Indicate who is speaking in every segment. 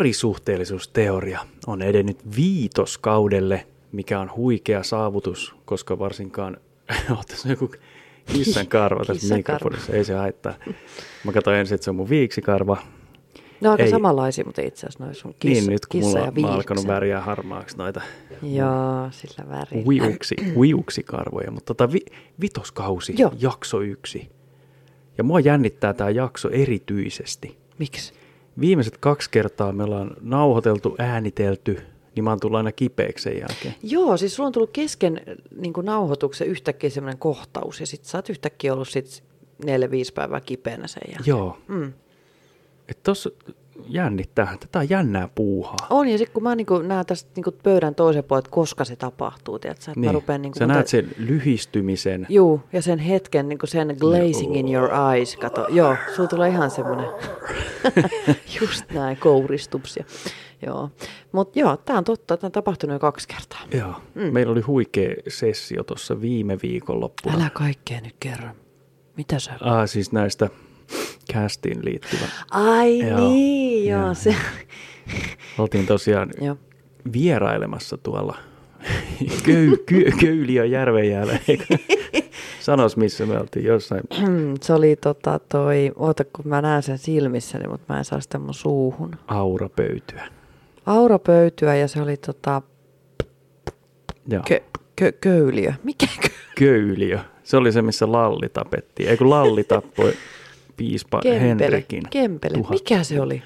Speaker 1: Parisuhteellisuusteoria on edennyt viitoskaudelle, mikä on huikea saavutus, koska varsinkaan... Oot, tässä on joku kissan karva tässä
Speaker 2: Kissan
Speaker 1: mikrofonissa, ei se haittaa. Mä katsoin ensin, että se on mun viiksikarva.
Speaker 2: Ne on aika
Speaker 1: Ei.
Speaker 2: samanlaisia, mutta itse asiassa noin sun kissa,
Speaker 1: niin nyt kun
Speaker 2: kissa
Speaker 1: mulla
Speaker 2: ja
Speaker 1: mä oon alkanut
Speaker 2: viiksen.
Speaker 1: väriä harmaaksi noita
Speaker 2: Joo, sillä Äh, väri.
Speaker 1: uiuksi, uiuksi karvoja, mutta tota vi, vitoskausi,
Speaker 2: Joo.
Speaker 1: jakso yksi. Ja mua jännittää tämä jakso erityisesti.
Speaker 2: Miksi?
Speaker 1: Viimeiset kaksi kertaa me ollaan nauhoiteltu, äänitelty, niin mä oon tullut aina kipeäksi sen jälkeen.
Speaker 2: Joo, siis sulla on tullut kesken niin kuin nauhoituksen yhtäkkiä semmoinen kohtaus ja sit sä oot yhtäkkiä ollut sit neljä, viisi päivää kipeänä sen jälkeen.
Speaker 1: Joo,
Speaker 2: Mm.
Speaker 1: että tossa jännittää, tätä on jännää puuhaa.
Speaker 2: On, ja sitten kun mä niin näen tästä niin pöydän toisen puolen, että koska se tapahtuu, tiedätkö, että mä rupean... Niin
Speaker 1: sä näet sen lyhistymisen.
Speaker 2: Juu, ja sen hetken, niin sen glazing in your eyes, kato. Joo, sulla tulee ihan semmoinen, just näin, kouristuksia. Joo, mutta joo, tämä on totta, tämä on tapahtunut jo kaksi kertaa.
Speaker 1: Joo. Mm. Meillä oli huikea sessio tuossa viime viikonloppuna.
Speaker 2: Älä kaikkea nyt kerro. Mitä sä?
Speaker 1: Ah, siis näistä castiin liittyvä.
Speaker 2: Ai
Speaker 1: Joo,
Speaker 2: niin, joo,
Speaker 1: joo,
Speaker 2: se.
Speaker 1: Oltiin tosiaan
Speaker 2: Joo.
Speaker 1: vierailemassa tuolla köy, ky, Köyliön järvenjäällä. eikö? Sanois, missä me oltiin jossain.
Speaker 2: se oli tota toi, oota kun mä näen sen silmissäni, mutta mä en saa sitä mun suuhun.
Speaker 1: Aurapöytyä.
Speaker 2: Aurapöytyä ja se oli tota
Speaker 1: Joo.
Speaker 2: kö, kö, köyliö. Mikä kö?
Speaker 1: Köyliö. Se oli se, missä Lalli tapettiin. Ei kun Lalli tappoi piispa
Speaker 2: Kempele.
Speaker 1: Henrikin.
Speaker 2: Kempele. Mikä se oli?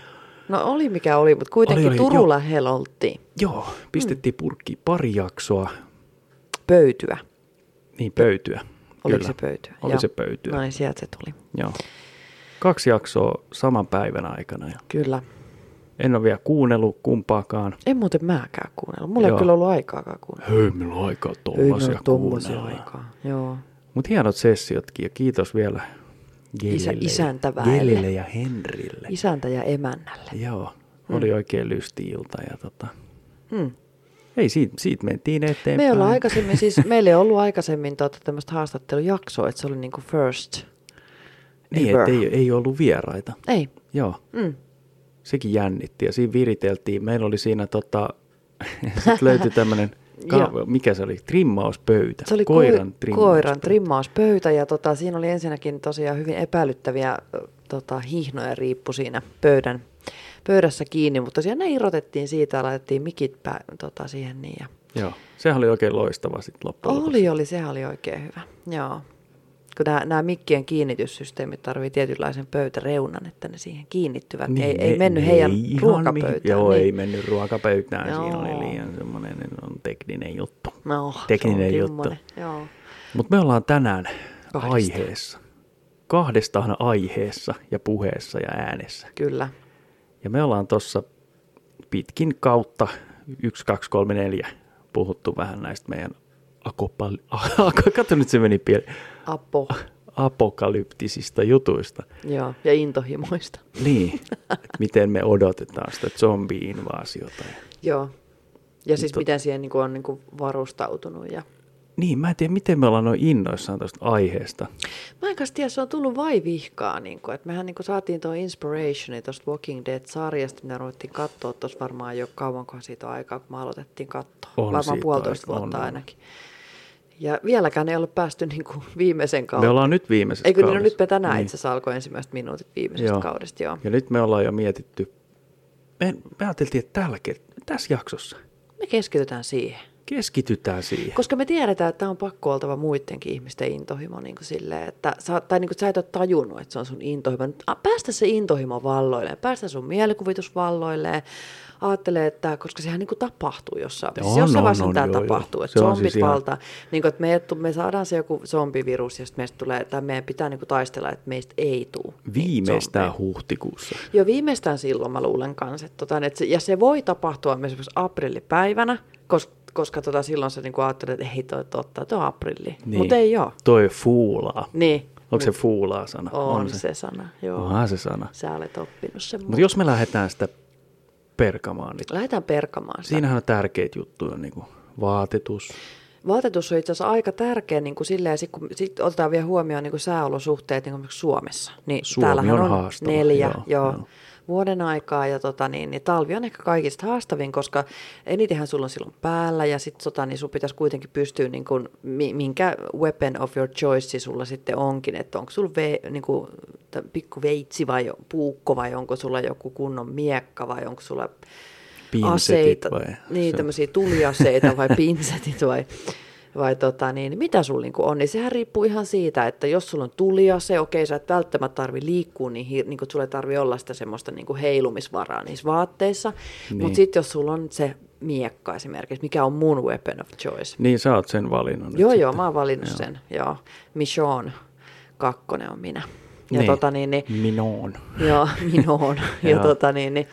Speaker 2: No oli mikä oli, mutta kuitenkin
Speaker 1: Oli,
Speaker 2: oli,
Speaker 1: oli,
Speaker 2: oli,
Speaker 1: joo.
Speaker 2: Turun lähellä oltiin.
Speaker 1: Joo, pistettiin
Speaker 2: Mm.
Speaker 1: purkki pari jaksoa,
Speaker 2: Pöytyä.
Speaker 1: niin pöytyä.
Speaker 2: Oliko
Speaker 1: Kyllä.
Speaker 2: se pöytyä?
Speaker 1: Oli
Speaker 2: Joo.
Speaker 1: se pöytyä.
Speaker 2: Näin, sieltä se tuli.
Speaker 1: Joo. Kaksi jaksoa saman päivän aikana. Ja
Speaker 2: Kyllä.
Speaker 1: en ole vielä kuunnellut kumpaakaan.
Speaker 2: En muuten mäkään kuunnellut. Mulla
Speaker 1: Joo.
Speaker 2: ei kyllä ollut aikaakaan kuunnella.
Speaker 1: Hei, meillä on aikaa
Speaker 2: meillä
Speaker 1: tuommoisia
Speaker 2: tommosia
Speaker 1: kuunnella.
Speaker 2: aikaa. Joo.
Speaker 1: Mutta hienot sessiotkin ja kiitos vielä
Speaker 2: Isä-
Speaker 1: Gelille ja-
Speaker 2: isäntäväelle.
Speaker 1: Gelille ja Henrille.
Speaker 2: Isäntä ja emännälle.
Speaker 1: Joo,
Speaker 2: Mm.
Speaker 1: oli oikein lysti ilta ja tota,
Speaker 2: Hmm.
Speaker 1: ei siitä, siitä mentiin eteenpäin.
Speaker 2: Me ollaan aikaisemmin, siis meillä ei ollut aikaisemmin tuota, tämmöistä haastattelujaksoa, että se oli niinku first.
Speaker 1: Niin, et ei, ei ollut vieraita.
Speaker 2: Ei.
Speaker 1: Joo,
Speaker 2: Mm.
Speaker 1: sekin jännitti ja siinä viriteltiin. Meillä oli siinä tota, sitten löytyi tämmöinen,
Speaker 2: Joo.
Speaker 1: mikä se oli, trimmauspöytä.
Speaker 2: Se oli
Speaker 1: koiran
Speaker 2: koiran,
Speaker 1: trimmauspöytä.
Speaker 2: koiran trimmauspöytä ja tota, siinä oli ensinnäkin tosiaan hyvin epäilyttäviä ö, tota, hihnoja riippu siinä pöydän, pöydässä kiinni, mutta siellä ne irrotettiin siitä ja laitettiin mikit pää, tota, siihen niin. Ja...
Speaker 1: Joo, sehän oli oikein loistava sitten loppujen lopuksi.
Speaker 2: Oli, oli, sehän oli oikein hyvä. Joo. Kun nämä, nämä mikkien kiinnityssysteemit tarvii tietynlaisen pöytäreunan, että ne siihen kiinnittyvät. Niin, ei, ei
Speaker 1: ne-
Speaker 2: mennyt
Speaker 1: ne
Speaker 2: heidän
Speaker 1: ei ihan
Speaker 2: ruokapöytään.
Speaker 1: mihin- Joo, niin. ei
Speaker 2: niin.
Speaker 1: mennyt ruokapöytään. Joo. Siinä
Speaker 2: Joo.
Speaker 1: oli liian semmoinen on tekninen juttu.
Speaker 2: No, se on
Speaker 1: tekninen juttu.
Speaker 2: timmonen. Joo.
Speaker 1: Mutta me ollaan tänään Kahdesta.
Speaker 2: Kahdesta.
Speaker 1: aiheessa. Kahdestaan aiheessa ja puheessa ja äänessä.
Speaker 2: Kyllä.
Speaker 1: Ja me ollaan tuossa pitkin kautta 1, 2, 3, 4 puhuttu vähän näistä meidän akopal... Kato nyt se meni pieleen.
Speaker 2: Apo.
Speaker 1: Apokalyptisista jutuista.
Speaker 2: Joo. Ja intohimoista.
Speaker 1: Niin, että miten me odotetaan sitä zombi-invaasiota. Ja
Speaker 2: Joo. Ja siis
Speaker 1: Mutta-
Speaker 2: Mutta... miten siihen niin kuin on niin kuin varustautunut. Ja...
Speaker 1: Niin, mä en tiedä, miten me ollaan noin innoissaan tuosta aiheesta.
Speaker 2: Mä en kanssa tiedä, se on tullut vai vihkaa. Niin kuin, että mehän niin kuin saatiin tuo inspirationi tuosta Walking Dead-sarjasta, mitä ruvettiin katsoa tuossa varmaan jo kauankohan siitä on aikaa, kun me aloitettiin katsoa.
Speaker 1: On
Speaker 2: varmaan
Speaker 1: siitä
Speaker 2: puolitoista
Speaker 1: aikaa,
Speaker 2: vuotta
Speaker 1: on, on.
Speaker 2: ainakin. Ja vieläkään ei ole päästy niin kuin viimeisen
Speaker 1: Me
Speaker 2: kauden.
Speaker 1: ollaan nyt viimeisessä
Speaker 2: Eikö niin, no
Speaker 1: kaudessa.
Speaker 2: nyt me tänään niin. itse asiassa alkoi ensimmäiset minuutit viimeisestä
Speaker 1: Joo.
Speaker 2: joo. kaudesta, joo.
Speaker 1: Ja nyt me ollaan jo mietitty, me, me ajateltiin, että tällä kert- tässä jaksossa
Speaker 2: Me keskitytään siihen.
Speaker 1: keskitytään siihen.
Speaker 2: Koska me tiedetään, että tämä on pakko oltava muidenkin ihmisten intohimo niin kuin silleen, että sä, tai niin kuin, sä et ole tajunnut, että se on sun intohimo. Nyt, a, päästä se intohimo valloilleen, päästä sun mielikuvitus valloilleen. Aattele, että koska sehän niin kuin tapahtuu jossain
Speaker 1: On,
Speaker 2: vaiheessa. Jossain
Speaker 1: on,
Speaker 2: vaiheessa
Speaker 1: on,
Speaker 2: tämä
Speaker 1: joo, joo.
Speaker 2: tapahtuu, että
Speaker 1: Se on
Speaker 2: zombit
Speaker 1: siis
Speaker 2: siis
Speaker 1: ihan-
Speaker 2: valtaa. Niin kuin, että me, et, me saadaan se joku zombivirus ja sitten meistä tulee, tai meidän pitää niin kuin taistella, että meistä ei tule. Niin,
Speaker 1: Viimeistään huhtikuussa.
Speaker 2: Jo viimeistään silloin mä luulen kanssa. Että, tota, että se, ja se voi tapahtua myös esimerkiksi aprillipäivänä, koska, koska tota, silloin sä niinku ajattelet, että ei toi totta, toi on aprilli. Niin. Mutta ei ole.
Speaker 1: Toi fuulaa.
Speaker 2: Niin,
Speaker 1: Onko se fuulaa sana?
Speaker 2: on, on se. se sana. Joo.
Speaker 1: Onhan se sana.
Speaker 2: Sä olet oppinut sen.
Speaker 1: Mutta jos me lähdetään sitä perkamaan, niin
Speaker 2: Lähdetään perkamaan sitä.
Speaker 1: siinähän on tärkeitä juttuja, niin kuin vaatetus.
Speaker 2: Vaatetus on itse asiassa aika tärkeä, niin kuin silleen, sit, kun sit otetaan vielä huomioon niin kuin sääolosuhteet niin kuin esimerkiksi Suomessa. Niin
Speaker 1: Suomi
Speaker 2: täällähän
Speaker 1: on
Speaker 2: on
Speaker 1: haastava,
Speaker 2: neljä,
Speaker 1: joo,
Speaker 2: joo, joo.
Speaker 1: joo.
Speaker 2: vuoden aikaa ja tota, niin, niin talvi on ehkä kaikista haastavin, koska enitenhän sulla on silloin päällä ja sitten tota, niin sun pitäisi kuitenkin pystyä niin kun, mi- minkä weapon of your choice sulla sitten onkin, että onko sulla ve, niin kun, t- pikku veitsi vai puukko vai onko sulla joku kunnon miekka vai onko sulla
Speaker 1: Pinsetit
Speaker 2: aseita,
Speaker 1: vai?
Speaker 2: niin
Speaker 1: se-
Speaker 2: tämmöisiä tuliaseita vai pinsetit vai, vai tota, niin, mitä sulla niinku on, niin sehän riippuu ihan siitä, että jos sulla on tuliase, okei sä et välttämättä tarvi liikkua, niin, hir- niin sulla ei tarvi olla sitä semmoista niinku heilumisvaraa niissä vaatteissa, niin.
Speaker 1: Niin.
Speaker 2: mutta sitten jos sulla on se miekka esimerkiksi, mikä on mun weapon of choice.
Speaker 1: Niin sä oot sen valinnut nyt
Speaker 2: Joo,
Speaker 1: sitten.
Speaker 2: joo, mä oon valinnut joo. sen, joo. Michonne, kakkonen on minä. Ja
Speaker 1: Niin.
Speaker 2: tota niin, niin
Speaker 1: Minoon.
Speaker 2: Joo, minoon. ja
Speaker 1: Joo.
Speaker 2: tota niin, niin,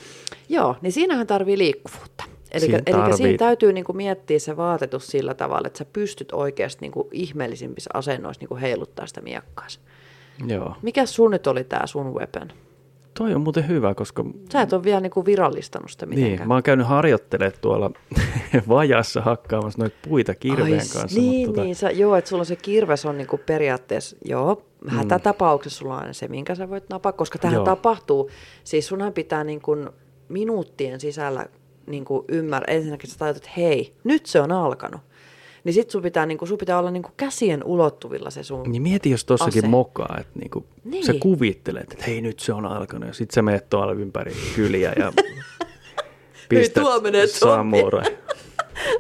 Speaker 2: joo, niin siinähän tarvii liikkuvuutta. Eli,
Speaker 1: Siinä
Speaker 2: eli siinä
Speaker 1: tarvii.
Speaker 2: täytyy niin kuin miettiä se vaatetus sillä tavalla, että sä pystyt oikeasti niin kuin ihmeellisimmissä asennoissa niin kuin heiluttaa sitä miekkaasi.
Speaker 1: Joo.
Speaker 2: Mikä sun nyt oli tämä sun weapon?
Speaker 1: Toi on muuten hyvä, koska
Speaker 2: Sä et ole vielä niin kuin virallistanut sitä mitenkään.
Speaker 1: Niin, mä oon käynyt harjoittelemaan tuolla vajassa hakkaamassa noita puita kirveen
Speaker 2: s-
Speaker 1: kanssa. tota-
Speaker 2: Niin,
Speaker 1: mutta
Speaker 2: niin sä, joo, että sulla on se kirves on niinku periaatteessa, joo, hätätapauksessa sulla on aina se, minkä sä voit napaa, koska tähän joo.
Speaker 1: Mm. Joo.
Speaker 2: tapahtuu, siis sunhan pitää niinku minuuttien sisällä niinku ymmärrä, ensinnäkin sä tajut, että hei, nyt se on alkanut. Niin sit sun pitää, niinku, sun pitää olla niinku käsien ulottuvilla se sun
Speaker 1: Niin mieti, jos tossakin
Speaker 2: Ase.
Speaker 1: Ase. mokaa, että niinku,
Speaker 2: Niin.
Speaker 1: niin. sä kuvittelet, että hei nyt se on alkanut, ja sit sä menet tuolla ympäri kyliä ja pistät
Speaker 2: tuo menee tuon
Speaker 1: samurai.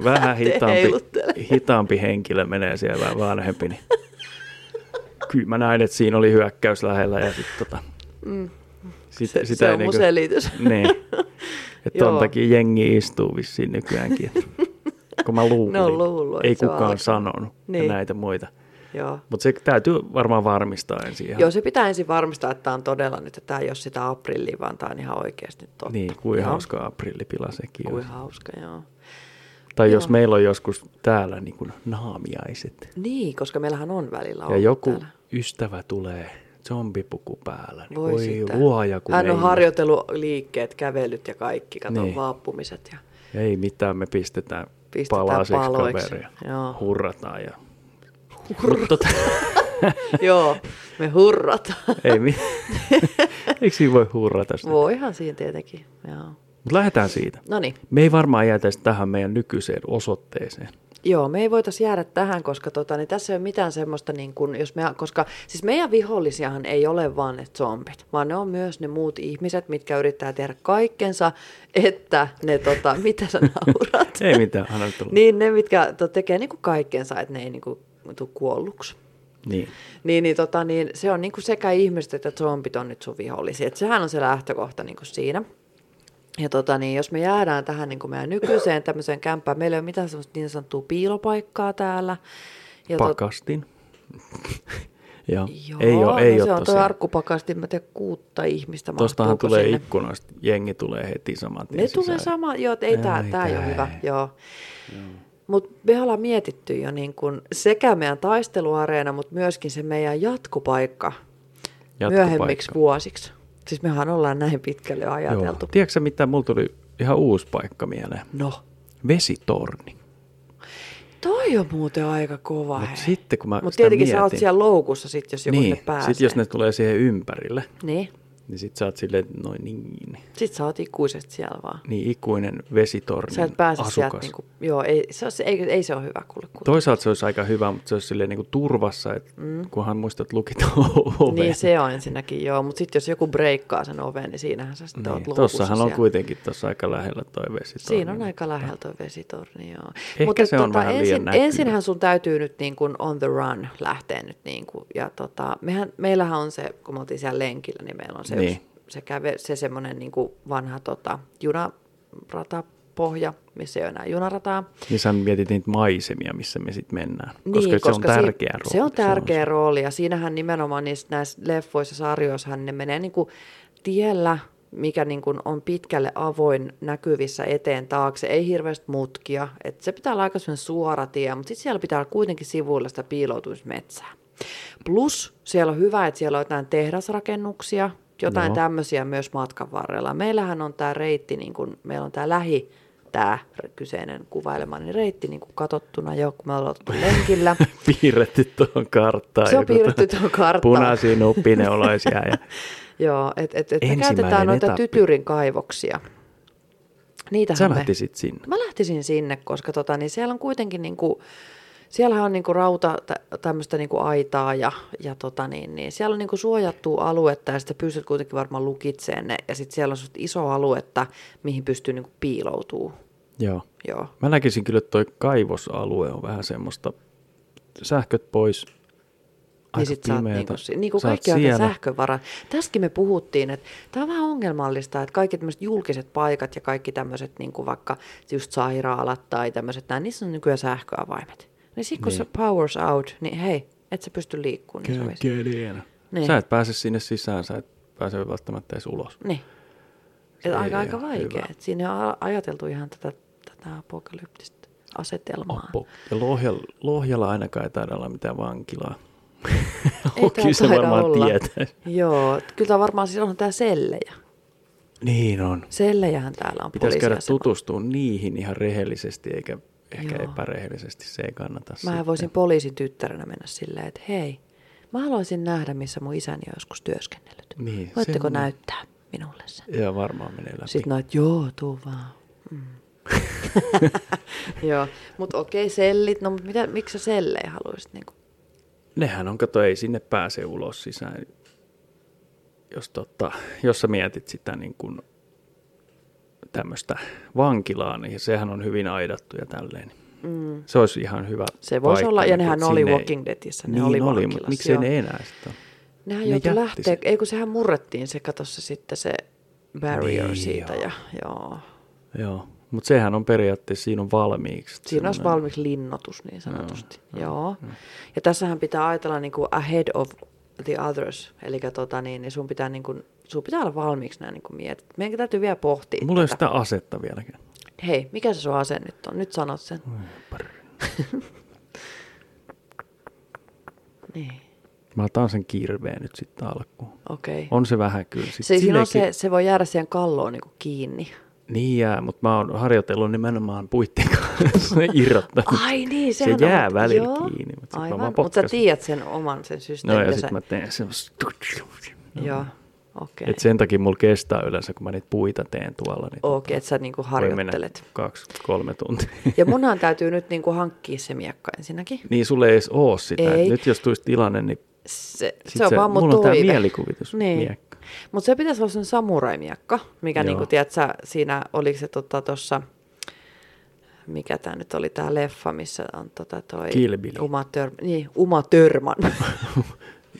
Speaker 1: Vähän
Speaker 2: Lähtee
Speaker 1: hitaampi,
Speaker 2: heiluttelemaan.
Speaker 1: hitaampi henkilö menee siellä vähän vanhempi, niin kyllä mä näin, että siinä oli hyökkäys lähellä ja sit tota, sit,
Speaker 2: Mm. Se- se on mun selitys.
Speaker 1: Niin, että ton
Speaker 2: Joo.
Speaker 1: takia jengi istuu vissiin nykyäänkin, että kun mä luulin,
Speaker 2: Ne on luullut, että
Speaker 1: ei
Speaker 2: se on
Speaker 1: kukaan
Speaker 2: alkanut.
Speaker 1: sanonut
Speaker 2: Niin.
Speaker 1: ja näitä muita.
Speaker 2: Joo.
Speaker 1: Mutta se täytyy varmaan varmistaa ensin ihan.
Speaker 2: Joo, se pitää ensin varmistaa, että tämä on todella nyt, että tämä ei ole sitä aprillia, vaan tämä on ihan oikeasti nyt totta.
Speaker 1: Niin, kuin
Speaker 2: Joo.
Speaker 1: hauska aprillipila sekin
Speaker 2: Kuin
Speaker 1: on.
Speaker 2: hauska, joo.
Speaker 1: Tai
Speaker 2: joo.
Speaker 1: jos meillä on joskus täällä niin kuin naamiaiset
Speaker 2: Niin, koska meillähän on välillä
Speaker 1: ja
Speaker 2: ollut
Speaker 1: joku
Speaker 2: täällä.
Speaker 1: ystävä tulee zombipuku päällä, niin
Speaker 2: Voi,
Speaker 1: voi,
Speaker 2: sitä.
Speaker 1: luoja kun
Speaker 2: Hän
Speaker 1: ei,
Speaker 2: on harjoitellut liikkeet, kävelyt ja kaikki, kato niin.
Speaker 1: Niin.
Speaker 2: vaappumiset. Ja...
Speaker 1: ei mitään, me pistetään,
Speaker 2: Pistetään
Speaker 1: pistetään palasiksi
Speaker 2: paloiksi.
Speaker 1: kaveria,
Speaker 2: Joo.
Speaker 1: hurrataan ja... Hurrataan. Tota,
Speaker 2: Joo, me hurrataan.
Speaker 1: ei mi... Eikö siinä voi hurrata sitä?
Speaker 2: Voihan siinä tietenkin, joo.
Speaker 1: Mut lähdetään siitä.
Speaker 2: No niin,
Speaker 1: Me ei varmaan jäätäisi tähän meidän nykyiseen osoitteeseen.
Speaker 2: joo, me ei voitaisi jäädä tähän, koska tota, niin tässä ei ole mitään semmoista, niin kun, jos me, koska siis meidän vihollisiahan ei ole vaan ne zombit, vaan ne on myös ne muut ihmiset, mitkä yrittää tehdä kaikkensa, että ne, tota, mitä sä naurat?
Speaker 1: Ei mitään, anna nyt tulla.
Speaker 2: niin ne, mitkä to, tekee niin kuin kaikkensa, että ne ei niin kuin, tule kuolluksi.
Speaker 1: niin.
Speaker 2: Niin, niin, tota, niin se on niinku sekä ihmiset että zombit on nyt sun vihollisia. Et sehän on se lähtökohta niinku siinä. Ja tota, niin jos me jäädään tähän niin meidän nykyiseen tämmöiseen kämppään, meillä ei ole mitään semmoista niin sanottua piilopaikkaa täällä. Ja tot-
Speaker 1: pakastin. Joo.
Speaker 2: Joo,
Speaker 1: ei ole, ei
Speaker 2: no
Speaker 1: ole
Speaker 2: se on toi
Speaker 1: tosiaan.
Speaker 2: arkkupakasti, mä teen kuutta ihmistä.
Speaker 1: Tostahan
Speaker 2: mahtuuko
Speaker 1: tulee
Speaker 2: sinne?
Speaker 1: ikkunoista, jengi tulee heti saman tien
Speaker 2: Ne tulee
Speaker 1: sisään.
Speaker 2: sama, joo, et ei tämä
Speaker 1: Ai,
Speaker 2: tää ei ole
Speaker 1: tää
Speaker 2: hyvä,
Speaker 1: ei.
Speaker 2: joo. Mutta me ollaan mietitty jo niin kun sekä meidän taisteluareena, mutta myöskin se meidän jatkopaikka,
Speaker 1: Jatkopaikka.
Speaker 2: myöhemmiksi vuosiksi. Siis mehän ollaan näin pitkälle ajateltu.
Speaker 1: Joo. Tiedätkö sä, mitä mulla tuli ihan uusi paikka mieleen?
Speaker 2: No,
Speaker 1: Vesitorni.
Speaker 2: toi on muuten aika kova.
Speaker 1: Mut sitten kun mä
Speaker 2: Mutta
Speaker 1: sitä
Speaker 2: tietenkin sä oot
Speaker 1: mietin-
Speaker 2: siellä loukussa sit, jos joku
Speaker 1: niin,
Speaker 2: sinne pääsee.
Speaker 1: sit jos ne tulee siihen ympärille,
Speaker 2: Niin,
Speaker 1: niin sit sä oot silleen, että noin niin.
Speaker 2: sit sä oot ikuiset siellä vaan.
Speaker 1: Niin ikuinen vesitornin
Speaker 2: Sä et pääse
Speaker 1: Mm, asukas.
Speaker 2: sieltä, niinku, joo, ei se, on, ei, ei se ole hyvä kuule. kuule.
Speaker 1: Toisaalta se olisi aika hyvä, mutta se olisi silleen niin turvassa, että mm. kunhan muistat lukita oven.
Speaker 2: Niin se on ensinnäkin, joo, mutta sitten jos joku breikkaa sen oven, niin siinähän sä sitten niin. oot
Speaker 1: niin.
Speaker 2: loukussa
Speaker 1: Tossahan on
Speaker 2: siellä.
Speaker 1: kuitenkin tuossa aika lähellä toi vesitorni.
Speaker 2: Siinä on aika lähellä tuo vesitorni, joo. tota,
Speaker 1: Ehkä se on vähän liian
Speaker 2: ensin,
Speaker 1: näkyvä.
Speaker 2: Ensinhän sun täytyy nyt niin kuin on the run lähteä nyt. Niin kuin, ja tota, mehän, meillähän on se, kun me oltiin siellä lenkillä, niin meillä on se,
Speaker 1: Niin.
Speaker 2: niin. se, käve, se semmoinen niin kuin vanha tota, junaratapohja, missä ei ole enää junarataa.
Speaker 1: Niin sä mietit niitä maisemia, missä me sitten mennään. Koska,
Speaker 2: Niin,
Speaker 1: se on
Speaker 2: si-
Speaker 1: tärkeä rooli.
Speaker 2: Se on tärkeä rooli ja siinähän nimenomaan niissä, näissä leffoissa ja sarjoissahan ne menee niin kuin tiellä, mikä niin kuin on pitkälle avoin näkyvissä eteen taakse, ei hirveästi mutkia. Et se pitää olla aika semmoinen suora tie, mutta sitten siellä pitää olla kuitenkin sivuilla sitä piiloutumismetsää. Plus siellä on hyvä, että siellä on jotain tehdasrakennuksia, jotain
Speaker 1: Joo.
Speaker 2: tämmöisiä myös matkan varrella. Meillähän on tämä reitti, niin kuin, meillä on tämä lähi tämä kyseinen kuvailemani reitti niin kuin katsottuna jo, kun me ollaan oltu lenkillä.
Speaker 1: piirretty tuohon karttaan.
Speaker 2: Se on
Speaker 1: joku
Speaker 2: piirretty
Speaker 1: tuo-
Speaker 2: tuohon karttaan.
Speaker 1: Punaisia nuppineulaisia. Ja...
Speaker 2: Joo, että et, et me
Speaker 1: Ensimmäinen
Speaker 2: käytetään noita
Speaker 1: etappi.
Speaker 2: tytyrin kaivoksia.
Speaker 1: Sä
Speaker 2: Niitähän me...
Speaker 1: lähtisit sinne.
Speaker 2: Mä lähtisin sinne, koska tota, niin siellä on kuitenkin niin kuin, siellähän on niin kuin rauta, tä- tämmöistä niin kuin aitaa ja, ja tota, niin, niin, siellä on niin kuin suojattua aluetta ja sitten pystyt kuitenkin varmaan lukitseen ne. Ja sitten siellä on semmoista isoa aluetta, mihin pystyy niin kuin piiloutuu.
Speaker 1: Joo.
Speaker 2: Joo.
Speaker 1: Mä näkisin kyllä, että toi kaivosalue on vähän semmoista, sähköt pois,
Speaker 2: Niin sit sä oot
Speaker 1: pimeätä.
Speaker 2: niinku, si- niinku
Speaker 1: Sä oot
Speaker 2: kaikki aika
Speaker 1: siellä.
Speaker 2: sähkövara. Tässäkin me puhuttiin, että tämä on vähän ongelmallista, että kaikki tämmöiset julkiset paikat ja kaikki tämmöiset niinku vaikka just sairaalat tai tämmöiset, nää, niissä on nykyään sähköavaimet. Niin sitten kun
Speaker 1: Niin.
Speaker 2: se powers out, niin hei, et sä pysty liikkumaan. Niin, se olisi-
Speaker 1: Kökelienä.
Speaker 2: Niin.
Speaker 1: Sä et pääse sinne sisään, sä et pääse välttämättä edes ulos.
Speaker 2: niin.
Speaker 1: ei
Speaker 2: Et
Speaker 1: ole
Speaker 2: aika, aika
Speaker 1: hyvä.
Speaker 2: vaikea. Et siinä on a- ajateltu ihan tätä, tätä apokalyptistä asetelmaa.
Speaker 1: Appo. Ja Lohjalla, Lohjalla ainakaan ei taida olla mitään vankilaa.
Speaker 2: Ei tää
Speaker 1: Oki se
Speaker 2: taida
Speaker 1: varmaan
Speaker 2: olla.
Speaker 1: tietäisi.
Speaker 2: Joo, et kyllä tää varmaan siis onhan tämä sellejä.
Speaker 1: Niin on.
Speaker 2: Sellejähän täällä on
Speaker 1: Pitäisi käydä
Speaker 2: poliisiasema.
Speaker 1: tutustua niihin ihan rehellisesti, eikä ehkä
Speaker 2: Joo.
Speaker 1: Joo. epärehellisesti. Se ei kannata
Speaker 2: Mä voisin poliisin tyttärenä mennä silleen, että hei, mä haluaisin nähdä, missä mun isäni on joskus työskennellyt.
Speaker 1: Niin,
Speaker 2: Voitteko
Speaker 1: semmonen-
Speaker 2: näyttää minulle sen?
Speaker 1: Joo, varmaan menee läpi.
Speaker 2: Sitten noit, joo, tuu vaan. Mm. joo, mutta okei, sellit. No, mut mitä, miksi sä sellejä haluaisit? Niinku?
Speaker 1: Nehän on, kato, ei sinne pääse ulos sisään. Jos, tota, jos sä mietit sitä niin kuin tämmöistä vankilaa, niin sehän on hyvin aidattu ja tälleen. Mm. Se olisi ihan hyvä
Speaker 2: Se voisi
Speaker 1: paikka,
Speaker 2: olla, ja
Speaker 1: niin
Speaker 2: nehän
Speaker 1: kuin,
Speaker 2: oli
Speaker 1: sinne ei-
Speaker 2: Walking Deadissä, ne
Speaker 1: niin
Speaker 2: oli
Speaker 1: oli
Speaker 2: vankilassa,
Speaker 1: mutta miksei
Speaker 2: joo.
Speaker 1: ne enää sitä ole?
Speaker 2: Nehän
Speaker 1: Ne
Speaker 2: joutui
Speaker 1: jätti
Speaker 2: lähteä,
Speaker 1: sen.
Speaker 2: ei kun sehän murrettiin se, kato se sitten se barrier
Speaker 1: Niin,
Speaker 2: siitä.
Speaker 1: joo.
Speaker 2: Ja, joo.
Speaker 1: Joo, mutta sehän on periaatteessa, siinä on valmiiksi.
Speaker 2: Siinä olisi
Speaker 1: semmoinen- Mm.
Speaker 2: valmiiksi linnoitus niin sanotusti. No, Joo. No. Ja tässähän pitää ajatella niin kuin ahead of the others. Eli tota, niin, niin sun, pitää, niin kuin, sun pitää olla valmiiksi nämä niin mietit. Meidän täytyy vielä pohtia.
Speaker 1: Mulla ei ole
Speaker 2: tätä.
Speaker 1: sitä asetta vieläkään.
Speaker 2: Hei, mikä se sun ase nyt on? Nyt sanot sen. niin,
Speaker 1: Mä otan sen kirveen nyt sitten alkuun.
Speaker 2: okei. Okay.
Speaker 1: On se vähän kyllä. Sit
Speaker 2: Se, siinä on
Speaker 1: sillekin-
Speaker 2: se, se voi jäädä siihen kalloon niin kuin kiinni.
Speaker 1: Niin jää, mutta mä oon harjoitellut nimenomaan puitteen kanssa irrottanut.
Speaker 2: Ai niin,
Speaker 1: se
Speaker 2: sehän
Speaker 1: jää
Speaker 2: on,
Speaker 1: välillä
Speaker 2: joo,
Speaker 1: kiinni, mutta sitten mä
Speaker 2: aivan,
Speaker 1: vaan
Speaker 2: mutta sä
Speaker 1: potkasen.
Speaker 2: tiedät sen oman sen systeemin.
Speaker 1: No ja
Speaker 2: sä-
Speaker 1: sitten mä teen semmoista.
Speaker 2: Joo, okei.
Speaker 1: Et sen takia mulla kestää yleensä, kun mä niitä puita teen tuolla, niin
Speaker 2: Okei, että sä niinku
Speaker 1: voi mennä
Speaker 2: harjoittelet.
Speaker 1: kaksi, kolme tuntia.
Speaker 2: Ja munhan täytyy nyt niinku hankkia se miekka ensinnäkin.
Speaker 1: niin sulle ei edes oo sitä.
Speaker 2: Ei.
Speaker 1: Et Nyt jos tulisi tilanne, niin
Speaker 2: Se,
Speaker 1: Sit
Speaker 2: se on
Speaker 1: se-
Speaker 2: vaan mun
Speaker 1: mulla on tää
Speaker 2: toive.
Speaker 1: mielikuvitus-
Speaker 2: niin.
Speaker 1: miekka.
Speaker 2: Mutta se pitäisi olla sen samuraimiekka, mikä
Speaker 1: Joo.
Speaker 2: niinku, tiedät sä, siinä, oliko se tuossa, tota, tossa- mikä tämä nyt oli tämä leffa, missä on tota toi...
Speaker 1: Kill Bill.
Speaker 2: Uma, Tör, niin, Uma Törman.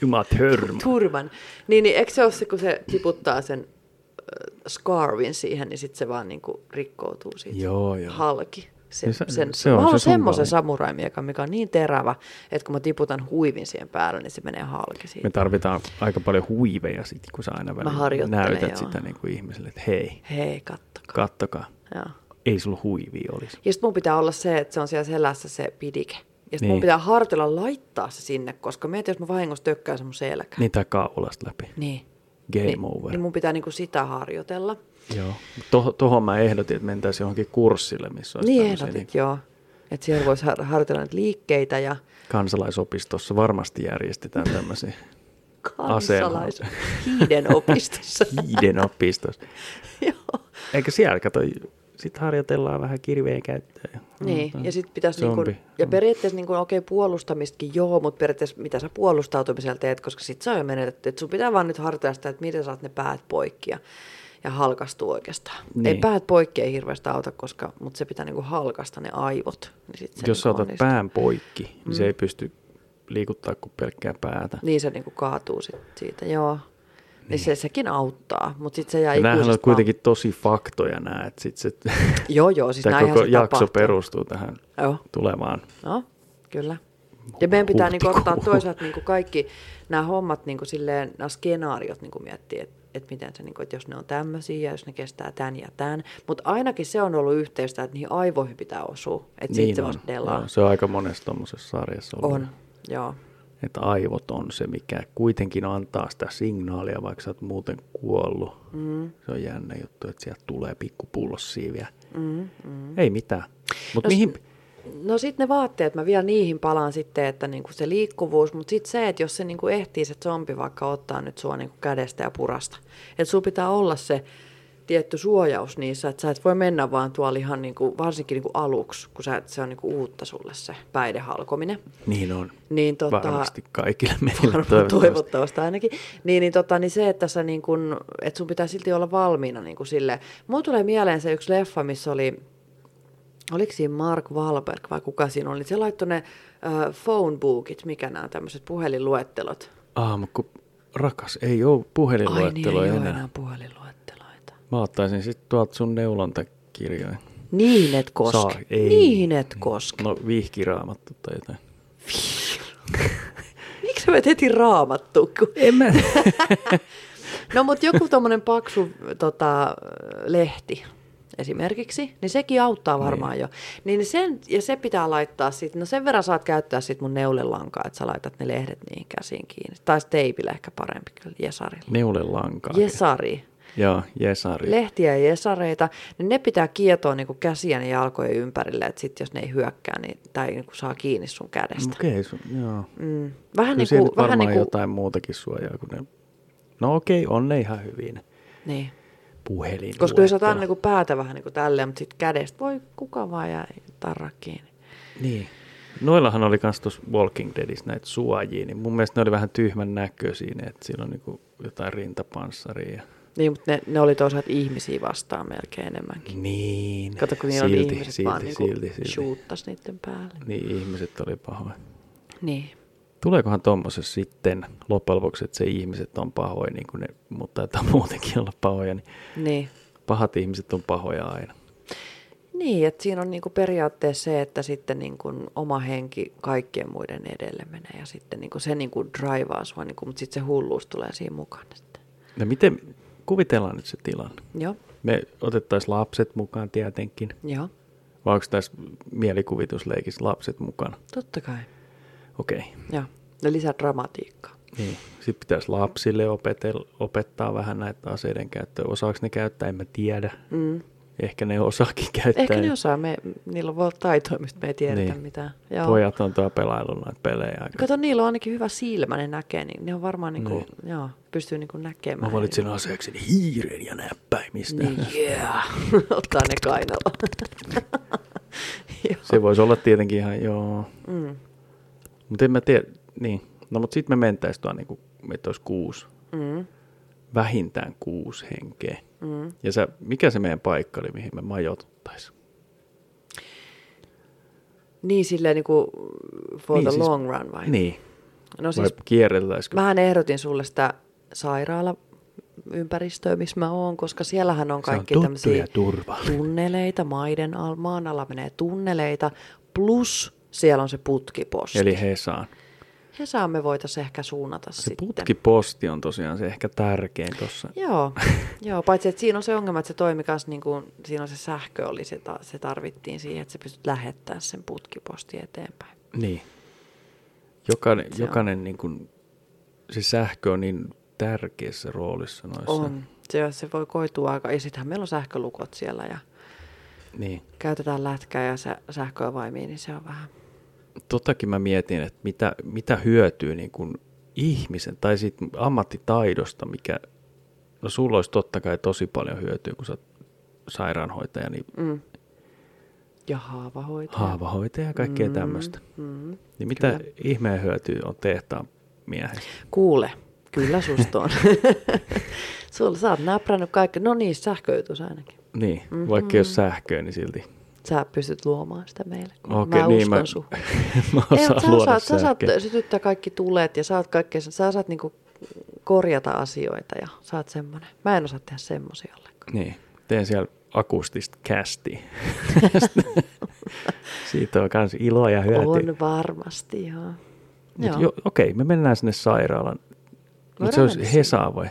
Speaker 1: jumat hörmä.
Speaker 2: Turman. Niin, niin eikö se ole se, kun se tiputtaa sen äh, scarvin siihen, niin sitten se vaan niinku rikkoutuu siitä
Speaker 1: Joo, joo.
Speaker 2: halki. Se,
Speaker 1: Niin
Speaker 2: se,
Speaker 1: se-
Speaker 2: sen,
Speaker 1: se
Speaker 2: mä
Speaker 1: on
Speaker 2: haluan
Speaker 1: se sun
Speaker 2: semmoisen
Speaker 1: valinta.
Speaker 2: samuraimiekan, mikä on niin terävä, että kun mä tiputan huivin siihen päälle, niin se menee halki siitä.
Speaker 1: Me tarvitaan aika paljon huiveja sitten, kun sä aina välillä
Speaker 2: harjoittelen,
Speaker 1: näytät
Speaker 2: joo.
Speaker 1: sitä niin kuin ihmiselle, että hei,
Speaker 2: Hei, kattokaa.
Speaker 1: kattokaa,
Speaker 2: Joo.
Speaker 1: ei sulla huivia olisi.
Speaker 2: Ja sitten mun pitää olla se, että se on siellä selässä se pidike. Ja sitten mun
Speaker 1: Niin.
Speaker 2: pitää harjoitella laittaa se sinne, koska mietin, jos mä vahingossa tökkään se mun selkään.
Speaker 1: Niin tää kaulasta läpi.
Speaker 2: Niin.
Speaker 1: Game
Speaker 2: niin,
Speaker 1: over.
Speaker 2: Niin mun pitää niinku sitä harjoitella.
Speaker 1: Joo. Tuohon toho mä ehdotin, että mentäisiin johonkin kurssille, missä olisi niinku
Speaker 2: niin
Speaker 1: tämmöisiä,
Speaker 2: ehdotit, niin... joo. Että siellä voisi har- harjoitella niitä liikkeitä ja
Speaker 1: kansalaisopistossa varmasti järjestetään tämmöisiä Asema.
Speaker 2: kansalais... Hiiden opistossa.
Speaker 1: hiiden opistossa.
Speaker 2: joo.
Speaker 1: Eikä siellä, kato, sit harjoitellaan vähän kirveen käyttöä. ja-
Speaker 2: Niin, ja sitten pitäisi, niinku,
Speaker 1: Zombi.
Speaker 2: ja periaatteessa niinku, okei puolustamistakin joo, mutta periaatteessa mitä sä puolustautumisella teet, koska sit se on jo menetetty. Et sun pitää vaan nyt harjoitella sitä, että miten saat ne päät poikki ja, ja halkastuu oikeastaan. Niin. Ei
Speaker 1: Niin.
Speaker 2: päät poikki ei hirveästi auta, koska, mutta se pitää niinku halkasta ne aivot. Niin sit se
Speaker 1: Jos sä
Speaker 2: niinku
Speaker 1: otat
Speaker 2: onnistuu.
Speaker 1: pään poikki, niin se ei pysty liikuttaa kuin pelkkää päätä.
Speaker 2: Mm. Niin se niinku kaatuu sit siitä, joo. Niin, niin se, sekin auttaa, mutta sitten se jää
Speaker 1: Ja näähän on
Speaker 2: ikuisesti
Speaker 1: kuitenkin tosi faktoja nämä, että sit se,
Speaker 2: vaan- Joo, joo, siis
Speaker 1: tämä
Speaker 2: näinhän
Speaker 1: koko
Speaker 2: se
Speaker 1: jakso
Speaker 2: tapahtuu.
Speaker 1: perustuu tähän
Speaker 2: Joo.
Speaker 1: tulevaan.
Speaker 2: No, kyllä. Ja meidän pitää niinku ottaa
Speaker 1: Huhtikuuhun.
Speaker 2: toisaalta niinku kaikki nämä hommat, niinku silleen, nämä skenaariot niinku miettiä, että et miten se, niinku, et jos ne on tämmöisiä ja jos ne kestää tämän ja tämän. Mutta ainakin se on ollut yhteistä, että niihin aivoihin pitää osua, että niin siitä se
Speaker 1: on.
Speaker 2: vasta delaa.
Speaker 1: Joo, se on aika monessa tuommoisessa sarjassa ollut.
Speaker 2: On, joo.
Speaker 1: Että aivot on se, mikä kuitenkin antaa sitä signaalia, vaikka sä oot muuten kuollut. Mm. Se on jännä juttu, että sieltä tulee pikkupullossiiviä. Mm, mm. Ei mitään. Mutta no, mihin...
Speaker 2: No sitten ne vaatteet, mä vielä niihin palaan sitten, että niinku se liikkuvuus, mutta sitten se, että jos se niinku ehtii se zombi vaikka ottaa nyt sua niinku kädestä ja purasta, että sulla pitää olla se tietty suojaus niissä, että sä et voi mennä vaan tuolla ihan niinku, varsinkin niinku aluksi, kun sä, se on niinku uutta sulle se päihdehalkominen.
Speaker 1: Niin on.
Speaker 2: Niin, tota,
Speaker 1: Varmasti kaikille meillä
Speaker 2: Varmaan toivottavasti. toivottavasti ainakin. Niin, niin, tota, niin se, että, sä niin kun, että sun pitää silti olla valmiina niin kuin sille. Mulla tulee mieleen se yksi leffa, missä oli, oliko siinä Mark Wahlberg vai kuka siinä oli, se laittoi ne uh, phonebookit, mikä nämä tämmöiset puhelinluettelot.
Speaker 1: Ah, mutta kun rakas, ei ole puhelinluetteloja
Speaker 2: Ai niin, ei
Speaker 1: enää.
Speaker 2: ole enää puhelinluetteloita.
Speaker 1: Mä ottaisin sitten tuolta sun neulontakirjoja.
Speaker 2: Niihin Niin et koske.
Speaker 1: Saa, ei.
Speaker 2: Niihin et koske.
Speaker 1: No vihkiraamattu tai jotain.
Speaker 2: Miksi sä menet heti raamattuun? kun-
Speaker 1: En mä...
Speaker 2: No mutta joku tuommoinen paksu tota, lehti esimerkiksi, niin sekin auttaa varmaan niin. jo. Niin sen, ja se pitää laittaa sitten, no sen verran saat käyttää sitten mun neulelankaa, että sä laitat ne lehdet niihin käsiin kiinni. Tai sit teipillä ehkä parempi kyllä,
Speaker 1: Niin,
Speaker 2: jesarilla.
Speaker 1: Neulelankaa. Niin.
Speaker 2: Jesari.
Speaker 1: Joo, Jesari.
Speaker 2: Lehtiä ja jesareita, niin ne pitää kietoa niinku käsien ja jalkojen ympärille, että sitten jos ne ei hyökkää, niin tai niinku saa kiinni sun kädestä.
Speaker 1: No, Okei, okay, joo.
Speaker 2: Mm. Vähän
Speaker 1: Kyllä
Speaker 2: niin
Speaker 1: siellä
Speaker 2: kuin,
Speaker 1: nyt
Speaker 2: vähän
Speaker 1: varmaan
Speaker 2: niin kuin,
Speaker 1: jotain muutakin suojaa kuin ne... No okei, okay, on ne ihan hyvin.
Speaker 2: niin.
Speaker 1: Puhelin.
Speaker 2: Koska jos otan niin päätä vähän niin kuin tälleen, mutta sitten kädestä voi kuka vaan ja tarra kiinni.
Speaker 1: Niin. Noillahan oli kans tuossa Walking Deadissä näitä suojia, niin mun mielestä ne oli vähän tyhmän näköisiä, ne, että siinä on niinku jotain rintapanssaria. ja-
Speaker 2: Niin, mutta ne, ne oli toisaalta ihmisiä vastaan melkein enemmänkin.
Speaker 1: Niin.
Speaker 2: Kato, kun niillä oli ihmiset
Speaker 1: silti,
Speaker 2: vaan niin kuin
Speaker 1: silti, silti.
Speaker 2: shoottas niiden päälle.
Speaker 1: Niin, ihmiset oli pahoin.
Speaker 2: Niin.
Speaker 1: Tuleekohan tuommoisessa sitten loppujen lopuksi, että se ihmiset on pahoin, niin kuin ne, mutta taitaa muutenkin olla pahoja, niin
Speaker 2: Niin.
Speaker 1: pahat ihmiset on pahoja aina.
Speaker 2: Niin, että siinä on niinku periaatteessa se, että sitten niinku oma henki kaikkien muiden edelle menee ja sitten niinku se niinku draivaa sua, niinku, mutta sitten se hulluus tulee siinä mukana. Sitten.
Speaker 1: No miten, kuvitellaan nyt se tilanne.
Speaker 2: Joo,
Speaker 1: Me otettaisiin lapset mukaan tietenkin,
Speaker 2: joo,
Speaker 1: vai onko tässä mielikuvitusleikissä lapset mukana?
Speaker 2: totta kai.
Speaker 1: Okei. Okay.
Speaker 2: Joo, ja lisää dramatiikkaa.
Speaker 1: Niin. Sitten pitäisi lapsille opetel, opettaa vähän näitä aseiden käyttöä. Osaako ne käyttää, en mä tiedä.
Speaker 2: Mm.
Speaker 1: Ehkä ne osaakin käyttää.
Speaker 2: Ehkä ne osaa, me, niillä voi olla taitoja, mistä me ei tiedetä
Speaker 1: Niin.
Speaker 2: niin. mitään. Joo.
Speaker 1: Pojat on tuo pelailu näitä pelejä aika.
Speaker 2: Kato, niillä on ainakin hyvä silmä, ne näkee, niin ne on varmaan niinku,
Speaker 1: Niin.
Speaker 2: niin. joo, pystyy niinku näkemään.
Speaker 1: Mä valitsin aseekseni hiiren ja näppäimistä.
Speaker 2: Niin, yeah. Ottaa ne kainalla. joo.
Speaker 1: Se voisi olla tietenkin ihan joo.
Speaker 2: Mm,
Speaker 1: Mutta en mä tiedä, niin. No mutta sitten me mentäis tuon, niin meitä olisi kuusi,
Speaker 2: mm,
Speaker 1: vähintään kuusi henkeä.
Speaker 2: mm.
Speaker 1: Ja sä, mikä se meidän paikka oli, mihin me majoituttaisiin?
Speaker 2: Niin silleen niinku for
Speaker 1: Niin,
Speaker 2: niin, the
Speaker 1: siis-
Speaker 2: siis, long run vai?
Speaker 1: Niin.
Speaker 2: No
Speaker 1: Vai
Speaker 2: siis
Speaker 1: kierreltäisikö?
Speaker 2: mähän ehdotin sulle sitä sairaalaympäristöä, missä mä oon, koska siellähän on kaikki
Speaker 1: se on tuttu
Speaker 2: tämmöisiä
Speaker 1: ja turva.
Speaker 2: tunneleita, maiden al, maan alla menee tunneleita, plus siellä on se putkiposti.
Speaker 1: Eli Hesaan.
Speaker 2: Hesaan me voitaisiin ehkä suunnata
Speaker 1: Se
Speaker 2: sitten.
Speaker 1: putkiposti on tosiaan se ehkä tärkein tuossa.
Speaker 2: Joo, joo, paitsi että siinä on se ongelma, että se toimi kanssa, niin kuin, siinä on se sähkö oli, se, ta- se tarvittiin siihen, että sä pystyt lähettämään sen putkiposti eteenpäin.
Speaker 1: Niin. Jokainen,
Speaker 2: Se on-
Speaker 1: jokainen niin kuin, se sähkö on niin tärkeässä roolissa noissa.
Speaker 2: On. Se, se voi koitua aika, ja sittenhän meillä on sähkölukot siellä ja
Speaker 1: Niin.
Speaker 2: käytetään lätkää ja sä, sähköavaimia, niin se on vähän.
Speaker 1: Totakin mä mietin, että mitä, mitä hyötyy niin kuin ihmisen tai sit ammattitaidosta, mikä, no sulla olisi totta kai tosi paljon hyötyä, kun sä oot sairaanhoitaja, niin
Speaker 2: Mm. Ja haavahoito.
Speaker 1: haavahoitaja ja kaikkea mm, tämmöistä.
Speaker 2: Mm.
Speaker 1: Niin mitä
Speaker 2: Mm-hmm. Kyllä.
Speaker 1: ihmeen hyötyä on tehtaan miehestä?
Speaker 2: Kuule, kyllä susta on. Sulla sä oot näprännyt kaikki. No niin, sähköitys ainakin.
Speaker 1: Niin, mm-hmm. vaikka jos sähköä, niin silti.
Speaker 2: Sä pystyt luomaan sitä meille, kun
Speaker 1: Okei,
Speaker 2: mä
Speaker 1: niin
Speaker 2: uskon
Speaker 1: mä,
Speaker 2: suhun.
Speaker 1: mä
Speaker 2: Ei,
Speaker 1: osaan
Speaker 2: mutta sä,
Speaker 1: luoda
Speaker 2: osaat, sä saat
Speaker 1: sähköä.
Speaker 2: sytyttää kaikki tulet ja saat kaikkea, sä saat niinku korjata asioita ja saat semmoinen. Mä en osaa tehdä semmoisia ollenkaan.
Speaker 1: Niin, teen siellä akustista kästiä. Siitä on myös iloa ja hyötyä.
Speaker 2: On varmasti, joo.
Speaker 1: Mut
Speaker 2: joo.
Speaker 1: jo, Okei, me mennään sinne sairaalan. Mutta se
Speaker 2: Voidaan
Speaker 1: olisi
Speaker 2: mennä
Speaker 1: Hesaa vai?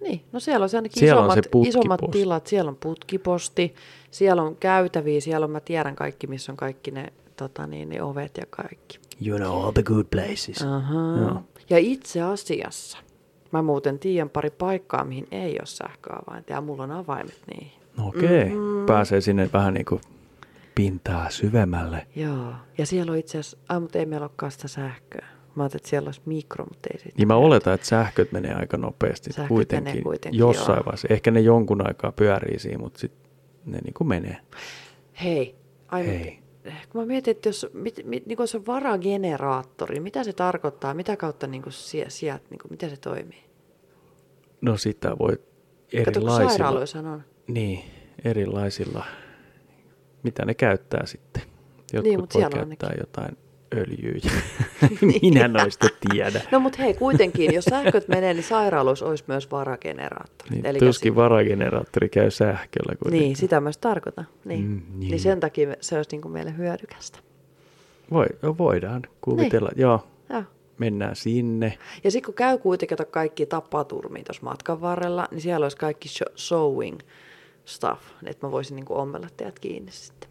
Speaker 2: Niin, no siellä on se ainakin
Speaker 1: Siellä on
Speaker 2: isommat,
Speaker 1: se putkiposti.
Speaker 2: isommat tilat, siellä on putkiposti, siellä on käytäviä, siellä on, mä tiedän kaikki, missä on kaikki ne, tota niin, ne ovet ja kaikki.
Speaker 1: You know all the good places. Joo.
Speaker 2: Aha. Ja itse asiassa, mä muuten tiedän pari paikkaa, mihin ei ole sähköavainta ja mulla on avaimet niihin.
Speaker 1: Okei, mm-hmm. pääsee sinne vähän niin kuin pintaa syvemmälle.
Speaker 2: Joo. Ja siellä on itse asiassa, ai, mutta ei meillä olekaan sitä sähköä. Mä ajattelin, että siellä olisi mikro, mutta ei sitten.
Speaker 1: Niin mä oletan, että sähköt menee aika nopeasti
Speaker 2: Sähköt
Speaker 1: kuitenkin,
Speaker 2: menee kuitenkin,
Speaker 1: jossain
Speaker 2: joo.
Speaker 1: vaiheessa. Ehkä ne jonkun aikaa pyörii siinä, mutta sitten ne niin kuin menee.
Speaker 2: Hei, ai,
Speaker 1: Hei.
Speaker 2: Hei. kun mä mietin, että jos, mit, mit, niin kun se on varageneraattori, mitä se tarkoittaa, mitä kautta niin sie, sieltä, niin miten se toimii?
Speaker 1: No sitä voi
Speaker 2: Kato, kun
Speaker 1: erilaisilla,
Speaker 2: sairaaloissa on.
Speaker 1: niin, erilaisilla, mitä ne käyttää sitten. Jotkut
Speaker 2: Niin, mut
Speaker 1: voi
Speaker 2: siellä on
Speaker 1: käyttää jotain öljyjä. Minä noista tiedä.
Speaker 2: No mutta hei, kuitenkin, jos sähköt menee, niin sairaaloissa olisi myös varageneraattori.
Speaker 1: Niin,
Speaker 2: Elikkä
Speaker 1: tuskin varageneraattori käy sähköllä.
Speaker 2: si-
Speaker 1: kuitenkin.
Speaker 2: niin, sitä myös tarkoitan. Niin.
Speaker 1: Mm,
Speaker 2: Mm,
Speaker 1: niin.
Speaker 2: niin. niin sen takia me- se olisi niin kuin meille hyödykästä.
Speaker 1: Voi, no voidaan kuvitella. Niin. Joo,
Speaker 2: Joo.
Speaker 1: mennään sinne.
Speaker 2: Ja sitten kun käy kuitenkin kato kaikki tapaturmia tuossa matkan varrella, niin siellä olisi kaikki sho- showing stuff, että mä voisin niinku ommella teidät kiinni sitten.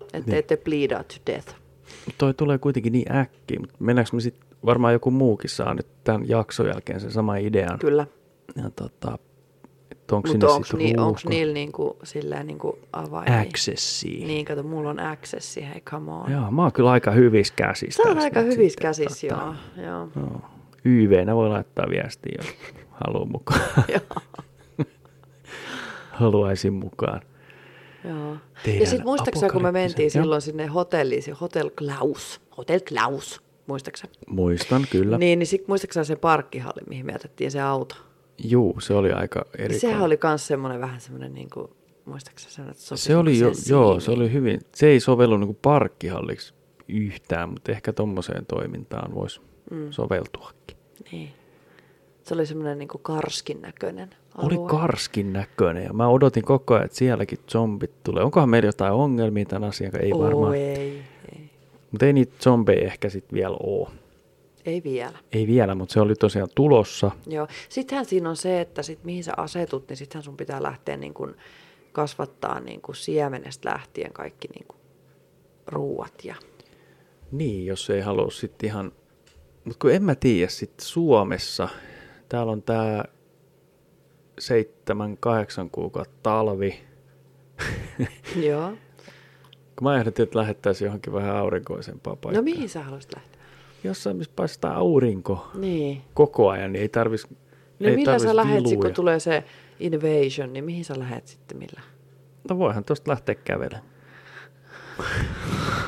Speaker 2: Että niin. te ette bleed out to death.
Speaker 1: Mut Toi tulee kuitenkin niin äkkiä, mutta mennäänkö me sitten, varmaan joku muukin saa nyt tämän jakson jälkeen sen saman idean.
Speaker 2: Kyllä.
Speaker 1: Ja tota, että onko
Speaker 2: Mutta
Speaker 1: sinne
Speaker 2: onko
Speaker 1: sitten
Speaker 2: ni,
Speaker 1: ruuhka?
Speaker 2: onks niillä niinku, silleen niinku avain?
Speaker 1: Accessiin.
Speaker 2: Niin, kato, mulla on access siihen, come on.
Speaker 1: Joo, mä oon kyllä aika hyvissä käsissä.
Speaker 2: Sä oot
Speaker 1: tässä
Speaker 2: aika
Speaker 1: nyt
Speaker 2: hyvissä
Speaker 1: sitten,
Speaker 2: käsissä,
Speaker 1: tota,
Speaker 2: joo. joo.
Speaker 1: Joo. YVnä voi laittaa viestiä, jos haluaa mukaan. Haluaisin mukaan.
Speaker 2: Joo.
Speaker 1: Tehdään
Speaker 2: Ja sitten muistaaksä, kun me
Speaker 1: apokalyptisen-
Speaker 2: mentiin
Speaker 1: Joo.
Speaker 2: silloin sinne hotelliin, se Hotel Klaus, Hotel Klaus, muistaaksä?
Speaker 1: Muistan kyllä. Niin.
Speaker 2: Niin, niin sitten muistaaksä se parkkihalli, mihin me jätettiin se auto?
Speaker 1: Juu, se oli aika
Speaker 2: Niin
Speaker 1: erikoinen.
Speaker 2: sehän oli myös semmoinen vähän semmoinen, niin kuin, muistaaksä sanoa, että sopi
Speaker 1: Se oli jo,
Speaker 2: siihen
Speaker 1: joo,
Speaker 2: siimiin.
Speaker 1: se oli hyvin. Se ei sovellu niin parkkihalliksi yhtään, mutta ehkä tuommoiseen toimintaan voisi mm. soveltuakin.
Speaker 2: Niin. Se oli semmoinen niin kuin karskin näköinen alue.
Speaker 1: Oli karskin näköinen ja mä odotin koko ajan, että sielläkin zombit tulee. Onkohan meillä jotain ongelmia tämän asian, kanssa? ei
Speaker 2: Oo,
Speaker 1: varmaan.
Speaker 2: ei, ei,
Speaker 1: Mutta ei niitä zombeja ehkä sitten vielä ole.
Speaker 2: ei vielä.
Speaker 1: Ei vielä, mutta se oli tosiaan tulossa.
Speaker 2: Joo. Sittenhän siinä on se, että sit mihin sä asetut, niin sittenhän sun pitää lähteä niin kuin kasvattaa niin kuin siemenestä lähtien kaikki niin kuin ruuat. Ja...
Speaker 1: Niin, jos ei halua sitten ihan... Mutta kun en mä tiedä sitten Suomessa, täällä on tämä seitsemän, kahdeksan kuukautta talvi.
Speaker 2: Joo.
Speaker 1: Kun mä ehdotin, että lähettäisiin johonkin vähän aurinkoisempaa paikkaa.
Speaker 2: No mihin sä haluaisit lähteä?
Speaker 1: Jossain, missä paistaa aurinko
Speaker 2: Niin.
Speaker 1: koko ajan, niin ei tarvis
Speaker 2: No
Speaker 1: ei
Speaker 2: millä
Speaker 1: tarvis
Speaker 2: sä lähet, sit,
Speaker 1: viluja.
Speaker 2: kun tulee se invasion, niin mihin sä lähet sitten millä?
Speaker 1: No voihan tuosta lähteä kävelemään.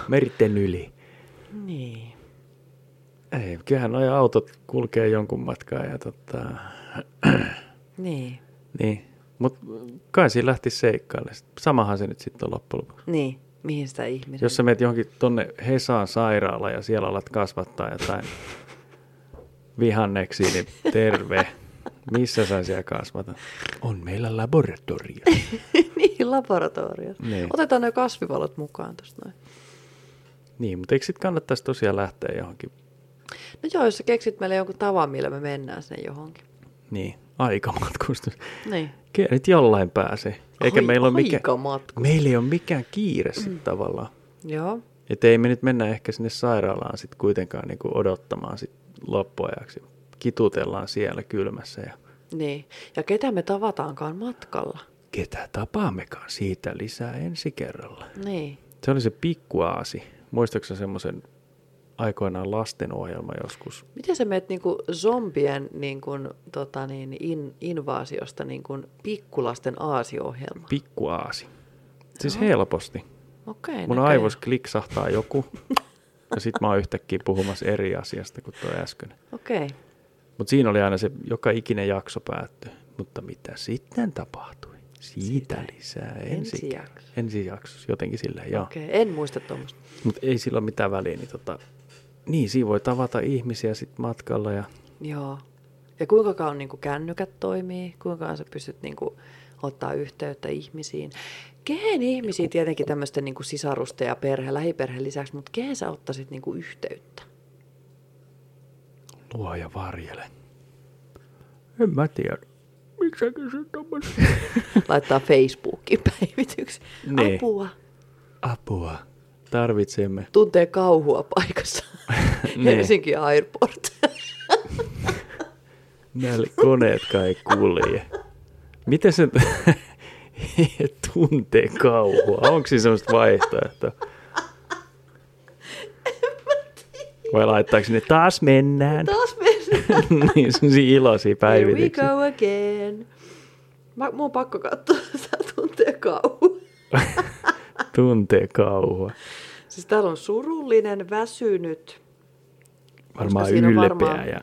Speaker 1: Merten yli.
Speaker 2: Niin.
Speaker 1: Ei, kyllähän nuo autot kulkee jonkun matkaa ja tota,
Speaker 2: Niin.
Speaker 1: niin. Mutta kai siinä lähti seikkaille. Samahan se nyt sitten on loppujen lopuksi.
Speaker 2: Niin. Mihin sitä ihmisen?
Speaker 1: Jos sä menet johonkin tonne Hesaan sairaalaan ja siellä alat kasvattaa jotain vihanneksi, niin terve. Missä sä siellä kasvatat? On meillä laboratorio.
Speaker 2: niin, laboratorio.
Speaker 1: Niin.
Speaker 2: Otetaan ne kasvivalot mukaan tuosta noin.
Speaker 1: niin, mutta eikö sit kannattaisi tosiaan lähteä johonkin?
Speaker 2: No joo, jos sä keksit meille jonkun tavan, millä me mennään sinne johonkin.
Speaker 1: Niin, aikamatkustus.
Speaker 2: Niin.
Speaker 1: Kyllä nyt jollain pääsee. Eikä
Speaker 2: Ai-
Speaker 1: meillä ole mikä,
Speaker 2: aikamatkustus.
Speaker 1: meillä ei ole mikään kiire sitten tavallaan.
Speaker 2: Joo.
Speaker 1: Että ei me nyt mennä ehkä sinne sairaalaan sitten kuitenkaan niinku odottamaan sit loppuajaksi. Kitutellaan siellä kylmässä ja
Speaker 2: Niin. Ja ketä me tavataankaan matkalla.
Speaker 1: ketä tapaammekaan siitä lisää ensi kerralla.
Speaker 2: Niin.
Speaker 1: Se oli se pikkuaasi. Muistatko sä semmoisen aikoinaan lastenohjelma joskus?
Speaker 2: Miten sä meet niinku zombien niinku, tota niin, in, invaasiosta niinku pikkulasten aasiohjelma?
Speaker 1: Pikkuaasi. Siis helposti.
Speaker 2: Okei, okay,
Speaker 1: Mun aivos kliksahtaa joku ja sit mä oon yhtäkkiä puhumassa eri asiasta kuin tuo äsken.
Speaker 2: Okei. Okay.
Speaker 1: Mutta siinä oli aina se, joka ikinen jakso päättyi. Mutta mitä sitten tapahtui? Siitä lisää ensi,
Speaker 2: ensi
Speaker 1: kerralla.
Speaker 2: jakso.
Speaker 1: ensi jaksossa. Jotenkin silleen, joo.
Speaker 2: Okay. En muista tuommoista.
Speaker 1: Mutta ei sillä ole mitään väliä. Niin, tota, niin siinä voi tavata ihmisiä sit matkalla ja
Speaker 2: Joo. Ja kuinka kauan niin kuin kännykät toimii, kuinka kauan sä pystyt niin kuin, ottaa yhteyttä ihmisiin. Kehen ihmisiin tietenkin tämmöisten niin kuin sisarusten ja perhe, lähiperheen lisäksi, mutta kehen sä ottaisit niin kuin yhteyttä?
Speaker 1: luo ja varjele. En mä tiedä. Miksi sä kysyt tommosia?
Speaker 2: Laittaa Facebookiin päivityksen.
Speaker 1: Niin.
Speaker 2: Apua.
Speaker 1: Apua. Tarvitsemme.
Speaker 2: Tuntee kauhua paikassa.
Speaker 1: Niin.
Speaker 2: Helsinki Airport.
Speaker 1: Näillä koneet kai kulje. Miten se... tuntee kauhua? Onko siinä semmoista vaihtoehtoa? Vai laittaako ne taas mennään?
Speaker 2: Taas mennään.
Speaker 1: niin, semmoisia iloisia
Speaker 2: Here we
Speaker 1: päivityksiä.
Speaker 2: go again. Mä, mun on pakko katsoa, sitä tuntee kauhu.
Speaker 1: Tuntee kauhua.
Speaker 2: Siis täällä on surullinen, väsynyt,
Speaker 1: Varmaan
Speaker 2: siinä on
Speaker 1: ylpeä
Speaker 2: varmaan-
Speaker 1: ja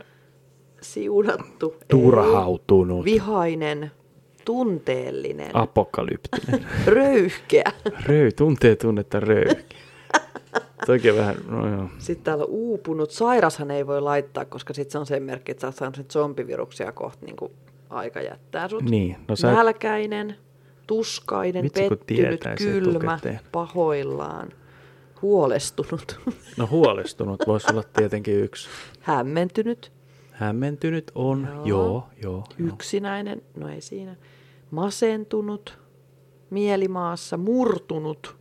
Speaker 2: siunattu, ei,
Speaker 1: turhautunut,
Speaker 2: vihainen, tunteellinen,
Speaker 1: apokalyptinen.
Speaker 2: röyhkeä.
Speaker 1: Röy, tuntee tunnetta röyhki. Toki vähän, no joo.
Speaker 2: Sitten täällä on uupunut. Sairashan ei voi laittaa, koska sitten se on sen merkki, että sä oot saanut nyt zombiviruksia kohta niin aika jättää sut.
Speaker 1: Niin, no sä-
Speaker 2: Nälkäinen, tuskainen,
Speaker 1: Vitsi, kun
Speaker 2: pettynyt,
Speaker 1: tietäisi
Speaker 2: kylmä,
Speaker 1: etukäteen.
Speaker 2: pahoillaan, huolestunut,
Speaker 1: No huolestunut voisi olla tietenkin yksi.
Speaker 2: hämmentynyt,
Speaker 1: Hämmentynyt on,
Speaker 2: Joo.
Speaker 1: joo, joo, joo.
Speaker 2: yksinäinen, no ei siinä, masentunut, mielimaassa, murtunut,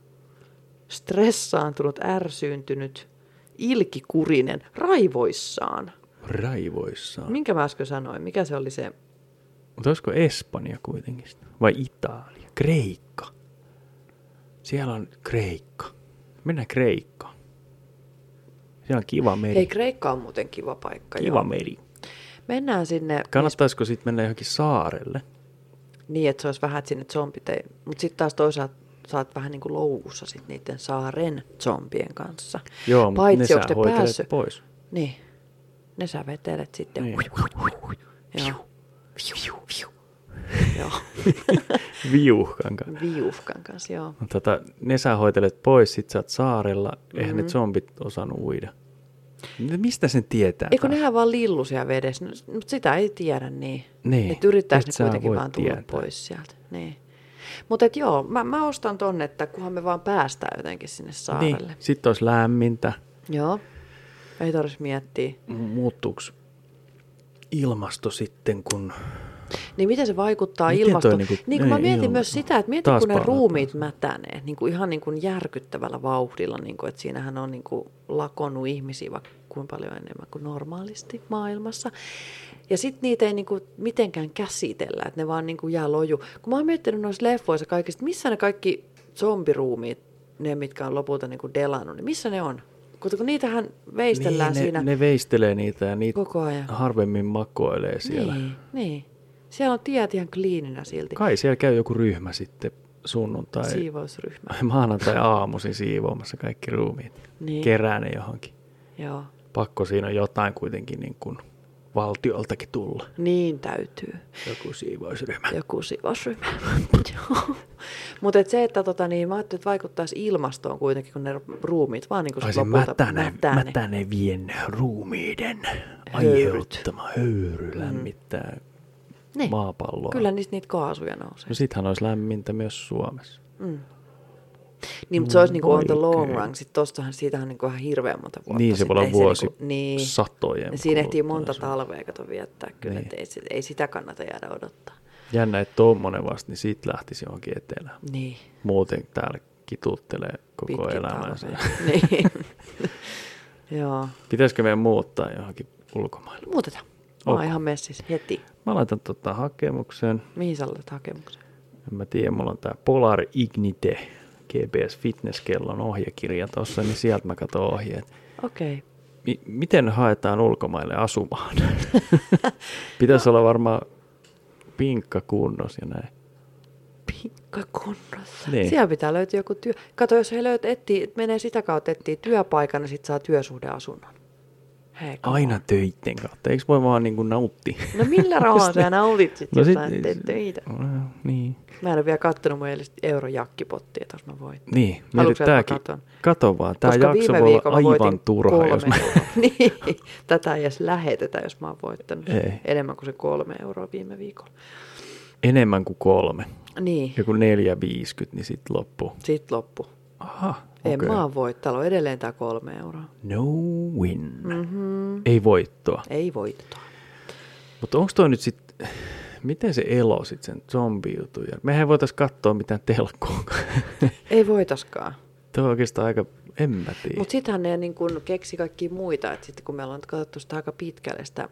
Speaker 2: stressaantunut, ärsyyntynyt, ilkikurinen, raivoissaan.
Speaker 1: Raivoissaan.
Speaker 2: Minkä mä äsken sanoin? Mikä se oli se
Speaker 1: Mutta olisiko Espanja kuitenkin sitä? Vai Italia? Kreikka. Siellä on Kreikka. Mennään Kreikkaan. Siellä on kiva meri.
Speaker 2: Hei, Kreikka on muuten kiva paikka.
Speaker 1: kiva
Speaker 2: joo.
Speaker 1: meri.
Speaker 2: Mennään sinne
Speaker 1: Kannattaisiko sitten mennä johonkin saarelle?
Speaker 2: niin, että se olisi vähän, että sinne zombit ei... Mutta sitten taas toisaalta sä oot vähän niin kuin loukussa sit niiden saaren zombien kanssa.
Speaker 1: Joo, mutta ne
Speaker 2: Paitsi
Speaker 1: sä
Speaker 2: onko ne
Speaker 1: hoitelet
Speaker 2: päässyt...
Speaker 1: pois.
Speaker 2: Niin. Ne sä vetelet sitten.
Speaker 1: Niin.
Speaker 2: Joo. joo.
Speaker 1: Viuhkan kanssa.
Speaker 2: Viuhkan kanssa, joo.
Speaker 1: No Tota, ne sä hoitelet pois, sit sä oot saarella. Eihän mm-hmm. ne zombit osannut uida. Ne- Mistä sen tietää?
Speaker 2: Eikö
Speaker 1: taas?
Speaker 2: nehän vaan lillu siellä vedessä, mutta sitä ei tiedä niin.
Speaker 1: Niin,
Speaker 2: Että yrittäisi
Speaker 1: et
Speaker 2: ne
Speaker 1: sä
Speaker 2: kuitenkin
Speaker 1: voi
Speaker 2: vaan tulla
Speaker 1: tietää.
Speaker 2: pois sieltä. Niin. Mutta et joo, mä, mä ostan tonne, että kunhan me vaan päästään jotenkin sinne saarelle.
Speaker 1: Niin. Sitten olisi lämmintä.
Speaker 2: Joo. Ei tarvitsisi miettiä.
Speaker 1: Muuttuuko ilmasto sitten, kun...
Speaker 2: Niin miten se vaikuttaa
Speaker 1: Miten toi
Speaker 2: ilmastoon? Niin
Speaker 1: niinku-
Speaker 2: kuin, niin kuin mä
Speaker 1: ei,
Speaker 2: mietin
Speaker 1: ilma-
Speaker 2: myös sitä, että mietin
Speaker 1: Taas
Speaker 2: kun ne
Speaker 1: palataan.
Speaker 2: ruumiit mätänee, niin kuin ihan niin kuin järkyttävällä vauhdilla, niin kuin, että siinähän on niin kuin lakonut ihmisiä vaikka kuinka paljon enemmän kuin normaalisti maailmassa. Ja sitten niitä ei niin kuin mitenkään käsitellä, että ne vaan niin kuin jää loju. Kun mä oon miettinyt noissa leffoissa kaikista, missä ne kaikki zombiruumiit, ne mitkä on lopulta niin kuin delannut, niin missä ne on? Kun kun niitähän veistellään
Speaker 1: niin,
Speaker 2: siinä.
Speaker 1: Ne, ne veistelee niitä ja niitä
Speaker 2: Koko ajan.
Speaker 1: harvemmin makoilee siellä. Niin.
Speaker 2: Niin, niin. Siellä on tiet ihan kliininä silti.
Speaker 1: Kai siellä käy joku ryhmä sitten sunnuntai, Siivo.
Speaker 2: Siivousryhmä.
Speaker 1: maanantai aamuisin siivoamassa kaikki ruumiit.
Speaker 2: Niin.
Speaker 1: Kerää ne johonkin.
Speaker 2: Joo.
Speaker 1: Pakko siinä on jotain kuitenkin niin kuin valtioltakin tulla.
Speaker 2: Niin täytyy.
Speaker 1: Joku siivousryhmä.
Speaker 2: Joku siivousryhmä. Mutta et se, että tota, niin, mä ajattelin, että vaikuttaisi ilmastoon kuitenkin, kun ne ruumiit vaan niin kuin
Speaker 1: Ai siis se mätäne, mätänevien ruumiiden aiheuttama höyry
Speaker 2: Mm.
Speaker 1: lämmittää
Speaker 2: Niin.
Speaker 1: maapalloa.
Speaker 2: Kyllä niistä niitä kaasuja nousee. Mm.
Speaker 1: No sittenhän olisi lämmintä myös Suomessa.
Speaker 2: Niin, mutta se olisi niin kuin on the
Speaker 1: Oikein.
Speaker 2: long run. Sitten tostahan, siitähän on niin kuin ihan hirveän monta vuotta.
Speaker 1: Niin, se voi olla
Speaker 2: sitten. Ei
Speaker 1: vuosi
Speaker 2: niinku- niin,
Speaker 1: satojen
Speaker 2: Siinä ehtii
Speaker 1: kuluttua
Speaker 2: monta
Speaker 1: sun-
Speaker 2: talvea, kato viettää kyllä.
Speaker 1: Niin.
Speaker 2: Niin. Ei, se- ei, sitä kannata jäädä odottaa.
Speaker 1: Jännä, että tommonen vasta, niin siitä lähtisi johonkin etelään.
Speaker 2: Niin.
Speaker 1: Muuten täällä kituttelee koko
Speaker 2: Pitkin
Speaker 1: elämänsä.
Speaker 2: talvea. niin. Joo.
Speaker 1: Pitäisikö meidän muuttaa johonkin ulkomaille?
Speaker 2: Muutetaan. Mä oon
Speaker 1: Ok.
Speaker 2: ihan messissä heti.
Speaker 1: Mä laitan tota hakemuksen.
Speaker 2: Mihin sä laitat hakemuksen?
Speaker 1: En mä tiedä, mulla on tää Polar Ignite GPS Fitness-kellon ohjekirja tossa, niin sieltä mä katson ohjeet.
Speaker 2: Okei. Okay.
Speaker 1: Mi- miten haetaan ulkomaille asumaan? Pitäisi olla varmaan pinkka kunnos ja näin.
Speaker 2: Pikkakunnossa.
Speaker 1: Niin.
Speaker 2: Niin. Siellä pitää löytyä joku työ. Kato, jos he löyt, etti, menee sitä kautta etsiä työpaikan, niin sit saa työsuhdeasunnon. Hei, come
Speaker 1: Aina
Speaker 2: on.
Speaker 1: töitten kautta. Eikö voi vaan niin nauttia?
Speaker 2: No millä rahalla sä naulit sit, no
Speaker 1: No
Speaker 2: jos
Speaker 1: sit-
Speaker 2: sä et tee töitä?
Speaker 1: No, Niin.
Speaker 2: Mä en ole vielä kattonut mun eilistä eurojakkipottia, jos mä voin.
Speaker 1: Niin,
Speaker 2: Haluatko
Speaker 1: mietit
Speaker 2: sä, että mä
Speaker 1: tääkin.
Speaker 2: katon?
Speaker 1: Kato vaan, tämä
Speaker 2: Koska
Speaker 1: jakso
Speaker 2: viime
Speaker 1: voi olla
Speaker 2: viikolla mä voitin
Speaker 1: aivan turha,
Speaker 2: kolme
Speaker 1: jos mä...
Speaker 2: euroa. niin, tätä ei edes lähetetä, jos mä oon voittanut
Speaker 1: Ei.
Speaker 2: enemmän kuin se kolme euroa viime viikolla.
Speaker 1: enemmän kuin kolme.
Speaker 2: Niin,
Speaker 1: Joku 4,50, niin sitten loppuu.
Speaker 2: sit loppu.
Speaker 1: Aha,
Speaker 2: En
Speaker 1: okei.
Speaker 2: mä oon voittanut. Täällä on edelleen tää kolme euroa. Mhm.
Speaker 1: No win. Ei voittoa.
Speaker 2: Ei voittoa.
Speaker 1: Mutta onko toi nyt sitten, miten se elo sitten sen zombi-jutun? jäl- Mehän ei voitaisiin katsoa mitään telkkua.
Speaker 2: Ei voitaskaan.
Speaker 1: Tuo on oikeastaan aika, en mä tiedä.
Speaker 2: Mutta sittenhän ne niin kun keksi kaikki muita, että sitten kun me ollaan nyt katsottu sitä aika pitkälle sitä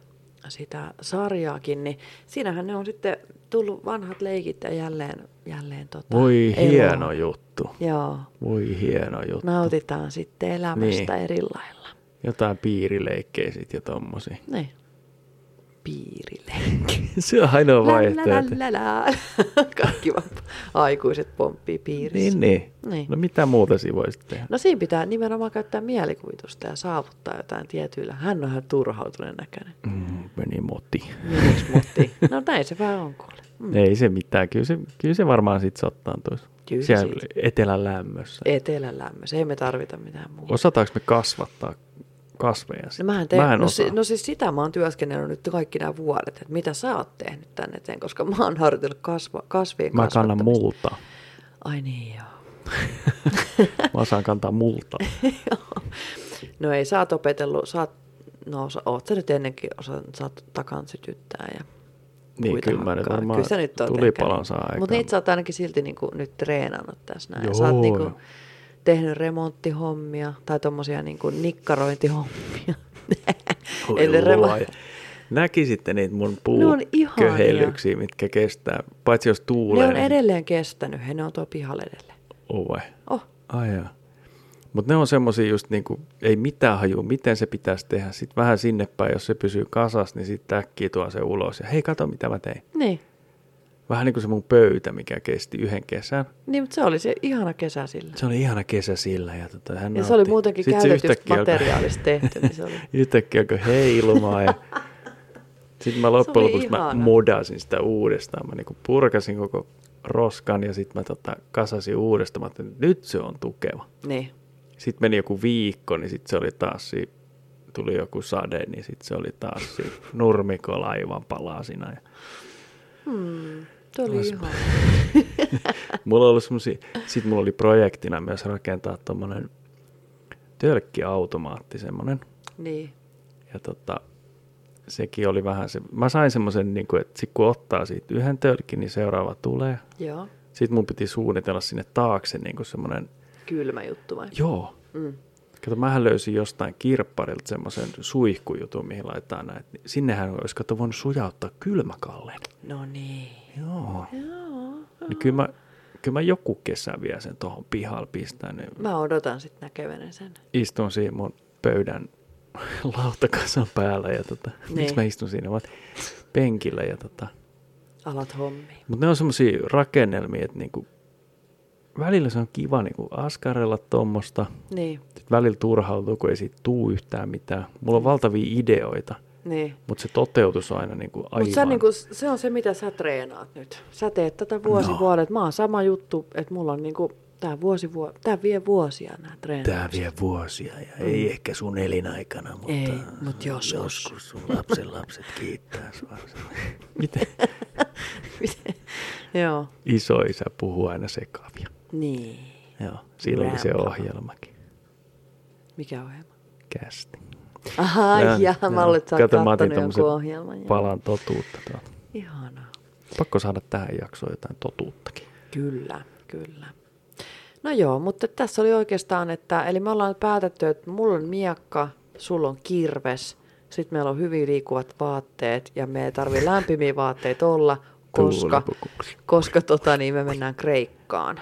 Speaker 2: sitä sarjaakin, niin siinähän ne on sitten tullut vanhat leikit ja jälleen, jälleen tota,
Speaker 1: Voi
Speaker 2: eloon.
Speaker 1: hieno juttu.
Speaker 2: Joo,
Speaker 1: Voi hieno juttu.
Speaker 2: No. nautitaan sitten elämästä
Speaker 1: Niin.
Speaker 2: niin. eri lailla.
Speaker 1: Jotain piirileikkejä sit ja tommosia.
Speaker 2: Niin. Piirileikki.
Speaker 1: Se on ainoa vaihtoehto.
Speaker 2: Lalalala. Kaikki vaan aikuiset pomppii piirissä.
Speaker 1: Niin, niin.
Speaker 2: Niin.
Speaker 1: No mitä muuta siinä voisi tehdä?
Speaker 2: No siinä pitää nimenomaan käyttää mielikuvitusta ja saavuttaa jotain tietyillä. Hän on ihan turhautuneen näköinen.
Speaker 1: Mm, meni moti.
Speaker 2: Mites mutti? No näin se vähän on kuule. Mm.
Speaker 1: Ei se mitään. Kyllä se, kyllä se varmaan sit sottaantuisi.
Speaker 2: Kyllä se
Speaker 1: Siellä
Speaker 2: siitä.
Speaker 1: etelän lämmössä.
Speaker 2: Etelän lämmössä, ei me tarvita mitään muuta.
Speaker 1: Osataanko me kasvattaa kasveja? sit?
Speaker 2: No, mähän teen,
Speaker 1: Mä en
Speaker 2: no,
Speaker 1: osaa.
Speaker 2: si, no siis sitä mä oon työskennellyt nyt kaikki nämä vuodet, että mitä sä oot tehnyt tänne eteen, koska mä oon harjoitellut kasva, kasvien
Speaker 1: Mä kannan
Speaker 2: kasvattamista.
Speaker 1: multa.
Speaker 2: Ai niin joo.
Speaker 1: Mä osaan kantaa multa.
Speaker 2: No ei, sä oot opetellut, sä oot, no sä oot sä nyt ennenkin osannut, sä oot takan sytyttää ja
Speaker 1: Niin, kyllä mä nyt varmaan
Speaker 2: kyllä sä nyt oot
Speaker 1: tulipalon saa aikaan.
Speaker 2: Mutta niitä sä oot ainakin silti niinku nyt treenannut tässä näin. Joo. Sä
Speaker 1: Joo.
Speaker 2: oot niinku tehnyt remonttihommia tai tommosia niinku nikkarointihommia.
Speaker 1: Voi
Speaker 2: Eli
Speaker 1: luoja. Näkisitte niitä mun
Speaker 2: ihania.
Speaker 1: puuköhelyksiä, mitkä kestää. Paitsi jos
Speaker 2: ne
Speaker 1: tuulee.
Speaker 2: on
Speaker 1: niin-
Speaker 2: edelleen kestänyt, he ne on tuo pihalle edelleen.
Speaker 1: Ove.
Speaker 2: Oh,
Speaker 1: Ai jaa. Mutta ne on semmoisia just niinku, ei mitään hajua, miten se pitäisi tehdä. Sitten vähän sinne päin, jos se pysyy kasas, niin sitten äkkiä tuo se ulos. Ja hei, kato mitä mä tein.
Speaker 2: niin.
Speaker 1: Vähän niin kuin se mun pöytä, mikä kesti yhden kesän.
Speaker 2: Niin, mutta se oli se ihana kesä sillä.
Speaker 1: Se oli ihana kesä sillä. Ja, tota, hän
Speaker 2: Ja se oli
Speaker 1: nautti.
Speaker 2: muutenkin
Speaker 1: Sit se
Speaker 2: käytetystä
Speaker 1: yhtäkkiä alkoi-
Speaker 2: materiaalista tehty, niin se oli
Speaker 1: yhtäkkiä alkoi heilumaan ja sitten mä loppujen
Speaker 2: oli
Speaker 1: lopuksi mä
Speaker 2: ihana.
Speaker 1: modasin sitä uudestaan. Mä niinku purkasin koko roskan ja sitten mä tota kasasin uudestaan. Mä ajattelin, että nyt se on tukeva.
Speaker 2: niin.
Speaker 1: Sitten meni joku viikko, niin sitten se oli taas siinä, tuli joku sade, niin sitten se oli taas siinä nurmikolaivan palasina. Ja
Speaker 2: Hmm, Se oli ihana.
Speaker 1: mulla oli semmosia, sit mulla oli projektina myös rakentaa tommonen tölkkiautomaatti semmonen.
Speaker 2: Niin.
Speaker 1: Ja tota, sekin oli vähän se, mä sain semmoisen, niin kuin, että sit kun ottaa siitä yhden tölkin, niin seuraava tulee.
Speaker 2: Joo.
Speaker 1: Sitten mun piti suunnitella sinne taakse niin kuin semmoinen,
Speaker 2: Kylmä juttu vai?
Speaker 1: joo. Mm. Kato, mähän löysin jostain kirpparilta semmoisen suihkujutun, mihin laitetaan näitä. Sinnehän olisi kato voinut sujauttaa kylmäkalleen.
Speaker 2: No niin.
Speaker 1: Joo.
Speaker 2: Joo.
Speaker 1: Niin kyllä mä, kyllä mä joku kesä vielä sen tuohon pihalle pistän. Niin
Speaker 2: Mä odotan sitten näkeväni sen.
Speaker 1: istun siinä mun pöydän lautakasan päällä ja tota,
Speaker 2: Niin.
Speaker 1: miksi mä istun siinä vaan penkillä ja tota,
Speaker 2: Alat hommi.
Speaker 1: Mutta ne on semmoisia rakennelmia, että niinku, välillä se on kiva niinku askarella tuommoista.
Speaker 2: Niin.
Speaker 1: Sitten välillä turhautuu, kun ei siitä tuu yhtään mitään. Mulla on valtavia ideoita,
Speaker 2: Niin.
Speaker 1: mutta se toteutus on aina niinku aivan.
Speaker 2: Mutta niinku, se on se, mitä sä treenaat nyt. Sä teet tätä vuosi
Speaker 1: No.
Speaker 2: no. vuodet. Mä oon sama juttu, että mulla on niinku, tää, vuosi, vuo, tää vie vuosia nämä treenaat.
Speaker 1: Tämä vie vuosia ja ei ehkä sun elinaikana, mutta
Speaker 2: Mm. Ei, mut joskus.
Speaker 1: joskus sun lapsen lapset kiittää sua. Miten
Speaker 2: Joo.
Speaker 1: isoisä puhuu aina sekavia.
Speaker 2: Niin.
Speaker 1: Joo, siinä oli se
Speaker 2: Rampa.
Speaker 1: ohjelmakin.
Speaker 2: Mikä ohjelma?
Speaker 1: Kästi.
Speaker 2: Aha,
Speaker 1: Jaa,
Speaker 2: ja, ja
Speaker 1: jaa.
Speaker 2: mä olet, sä oot
Speaker 1: Kato, mä otin
Speaker 2: kattonut
Speaker 1: tommosen
Speaker 2: jonkun ohjelman. joo.
Speaker 1: Palan totuutta tuolta.
Speaker 2: Ihanaa.
Speaker 1: Pakko saada tähän jaksoon jotain totuuttakin.
Speaker 2: Kyllä, kyllä. No joo, mutta tässä oli oikeastaan, että eli me ollaan päätetty, että mulla on miekka, sulla on kirves, sitten meillä on hyvin liikkuvat vaatteet ja me ei tarvii lämpimiä vaatteita olla, koska,
Speaker 1: Tuulipukuksi.
Speaker 2: koska tota, niin me mennään Kreikkaan.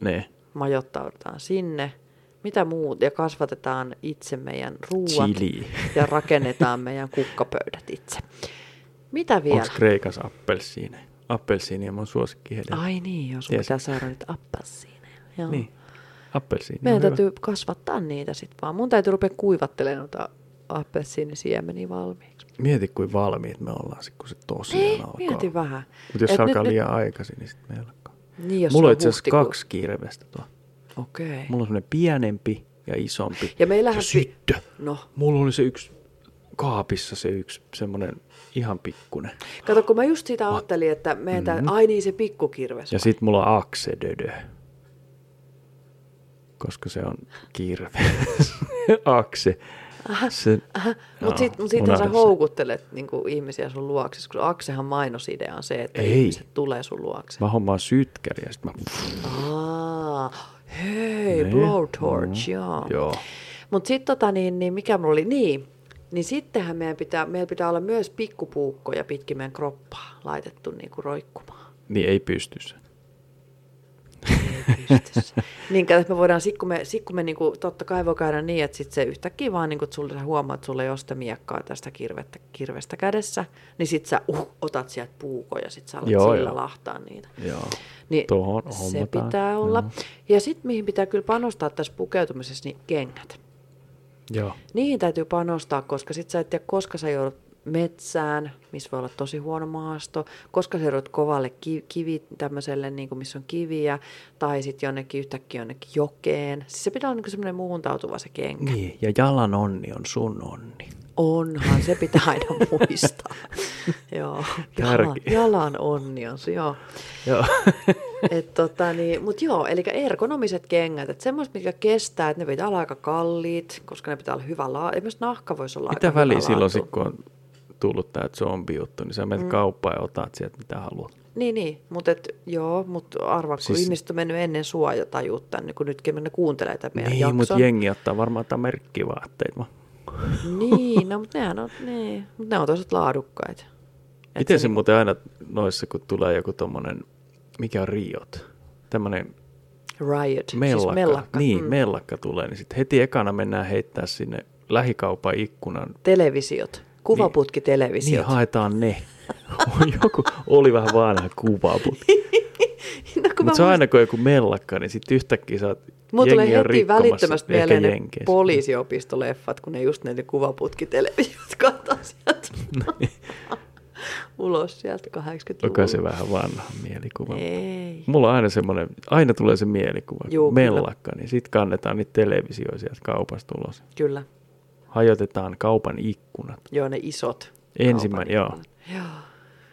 Speaker 1: Ne.
Speaker 2: Majoittaudutaan sinne. Mitä muut? Ja kasvatetaan itse meidän ruuat
Speaker 1: Chili.
Speaker 2: ja rakennetaan meidän kukkapöydät itse. Mitä vielä?
Speaker 1: Onko Kreikassa appelsiine? Appelsiini on mun suosikki
Speaker 2: Ai niin, jos sun
Speaker 1: Tiesin.
Speaker 2: pitää saada nyt appelsiineja. Joo.
Speaker 1: Niin. Appelsiini
Speaker 2: Meidän
Speaker 1: Niin on hyvä.
Speaker 2: täytyy kasvattaa niitä sitten vaan. Mun täytyy rupea kuivattelemaan noita appelsiinisiemeniä valmiiksi.
Speaker 1: Mieti, kuin valmiit me ollaan sit, kun se tosiaan
Speaker 2: Ei,
Speaker 1: alkaa.
Speaker 2: mieti vähän.
Speaker 1: Mutta jos
Speaker 2: Et
Speaker 1: se alkaa
Speaker 2: nyt-
Speaker 1: liian aikaisin, niin sitten meillä alkaa.
Speaker 2: Niin, jos
Speaker 1: Mulla on
Speaker 2: on
Speaker 1: itse asiassa
Speaker 2: huhtikuun.
Speaker 1: kaksi kirvestä tuo.
Speaker 2: Okei. Okay.
Speaker 1: Mulla on semmoinen pienempi ja isompi.
Speaker 2: Ja meillähän...
Speaker 1: se syttö.
Speaker 2: No,
Speaker 1: Mulla oli se yksi kaapissa se yksi semmoinen ihan pikkunen.
Speaker 2: kato, kun mä just sitä ajattelin, että meidän
Speaker 1: Mm.
Speaker 2: mm-hmm. Ai niin, se pikkukirves.
Speaker 1: Ja
Speaker 2: Ja
Speaker 1: sit mulla on aksedödö. Koska se on kirves. Akse. Se,
Speaker 2: Mutta sit, mut sittenhän sä
Speaker 1: unohdin sen.
Speaker 2: houkuttelet niinku, ihmisiä sun luokse, kun Aksehan mainosidea on se, että
Speaker 1: Ei.
Speaker 2: Ei. ihmiset tulee sun luokse.
Speaker 1: Mä hommaan sytkäri ja sit mä...
Speaker 2: Aa, Ah, hei,
Speaker 1: Niin. Mm.
Speaker 2: blowtorch, joo.
Speaker 1: Joo.
Speaker 2: Mutta sitten tota, niin, niin mikä mulla oli, niin, Niin sittenhän meidän pitää, meillä pitää olla myös pikkupuukkoja pitkin meidän kroppaa laitettu niin kuin roikkumaan.
Speaker 1: Niin ei pystyssä.
Speaker 2: pystyssä. niin, kato, että me voidaan, sit kun me, sit kun me niinku, totta kai voi käydä niin, että sit se yhtäkkiä vaan niinku, että sulle, sä huomaat, että sulle ei ole sitä miekkaa tästä kirvettä, kirvestä kädessä, niin sit sä uh, otat sieltä puukoja, sit sä alat
Speaker 1: Joo,
Speaker 2: sillä
Speaker 1: joo.
Speaker 2: lahtaa niitä.
Speaker 1: Joo.
Speaker 2: Niin
Speaker 1: Tuohon
Speaker 2: se
Speaker 1: hommataan.
Speaker 2: pitää olla. Ja sitten mihin pitää kyllä panostaa tässä pukeutumisessa, niin kengät.
Speaker 1: Joo.
Speaker 2: Niihin täytyy panostaa, koska sit sä et tiedä, koska sä joudut metsään, missä voi olla tosi huono maasto, koska sä joudut kovalle ki- kivi, tämmöiselle, niin kuin missä on kiviä, tai sitten jonnekin yhtäkkiä jonnekin jokeen. Siis se pitää olla niin semmoinen muuntautuva se kenkä.
Speaker 1: Niin, ja jalan onni on sun onni.
Speaker 2: Onhan, se pitää aina muistaa. joo, jalan,
Speaker 1: Tärkeä.
Speaker 2: jalan onni on se, joo.
Speaker 1: Joo.
Speaker 2: Et tota, niin, mutta joo, eli ergonomiset kengät, että semmoiset, mitkä kestää, että ne pitää olla aika kalliit, koska ne pitää olla hyvä laa. Esimerkiksi nahka voisi olla
Speaker 1: Mitä
Speaker 2: aika
Speaker 1: väliä
Speaker 2: hyvä
Speaker 1: silloin,
Speaker 2: laatu.
Speaker 1: sit, kun on tullut tämä zombijuttu, niin sä menet mm. kauppaan ja otat sieltä mitä haluat.
Speaker 2: Niin, niin. mutta joo, mut arvaa, kun
Speaker 1: Siis-
Speaker 2: siis... ihmiset on mennyt ennen suojatajuutta, niin kun nytkin ne kuuntelee tämän meidän
Speaker 1: Niin,
Speaker 2: jakson.
Speaker 1: mutta jengi ottaa varmaan jotain merkkivaatteita vaan.
Speaker 2: Niin, no, mutta nehän on, niin. mut ne on toiset laadukkaita. Et
Speaker 1: Miten se, muuten aina noissa, kun tulee joku tommonen, mikä on riot, tämmönen
Speaker 2: Riot,
Speaker 1: mellakka,
Speaker 2: siis mellakka.
Speaker 1: niin, mm. mellakka tulee, niin sitten heti ekana mennään heittää sinne lähikaupan ikkunan.
Speaker 2: Televisiot,
Speaker 1: Niin
Speaker 2: kuvaputkitelevisiot.
Speaker 1: haetaan ne. On Niin. joku oli vähän vanha kuvaputki.
Speaker 2: no, kun mä
Speaker 1: Mutta se on
Speaker 2: muistan-
Speaker 1: aina, kun on joku mellakka, niin sitten yhtäkkiä saat
Speaker 2: Mulla
Speaker 1: jengi
Speaker 2: tulee
Speaker 1: on
Speaker 2: heti
Speaker 1: rikkomassa,
Speaker 2: välittömästi
Speaker 1: ehkä
Speaker 2: mieleen ne
Speaker 1: Jenkeissä.
Speaker 2: poliisiopistoleffat, kun ne just ne kuvaputkitelevisiot katsoa sieltä ulos sieltä 80-luvulta.
Speaker 1: Onko se vähän vanha mielikuva?
Speaker 2: Ei.
Speaker 1: Mulla on aina semmoinen, aina tulee se mielikuva,
Speaker 2: Juu,
Speaker 1: Juu,
Speaker 2: kyllä.
Speaker 1: mellakka, niin sit kannetaan niitä televisioja sieltä kaupasta ulos.
Speaker 2: Kyllä.
Speaker 1: Hajotetaan kaupan ikkunat.
Speaker 2: Joo, ne isot.
Speaker 1: Ensimmäinen, joo,
Speaker 2: kaupan ikkunat. Joo.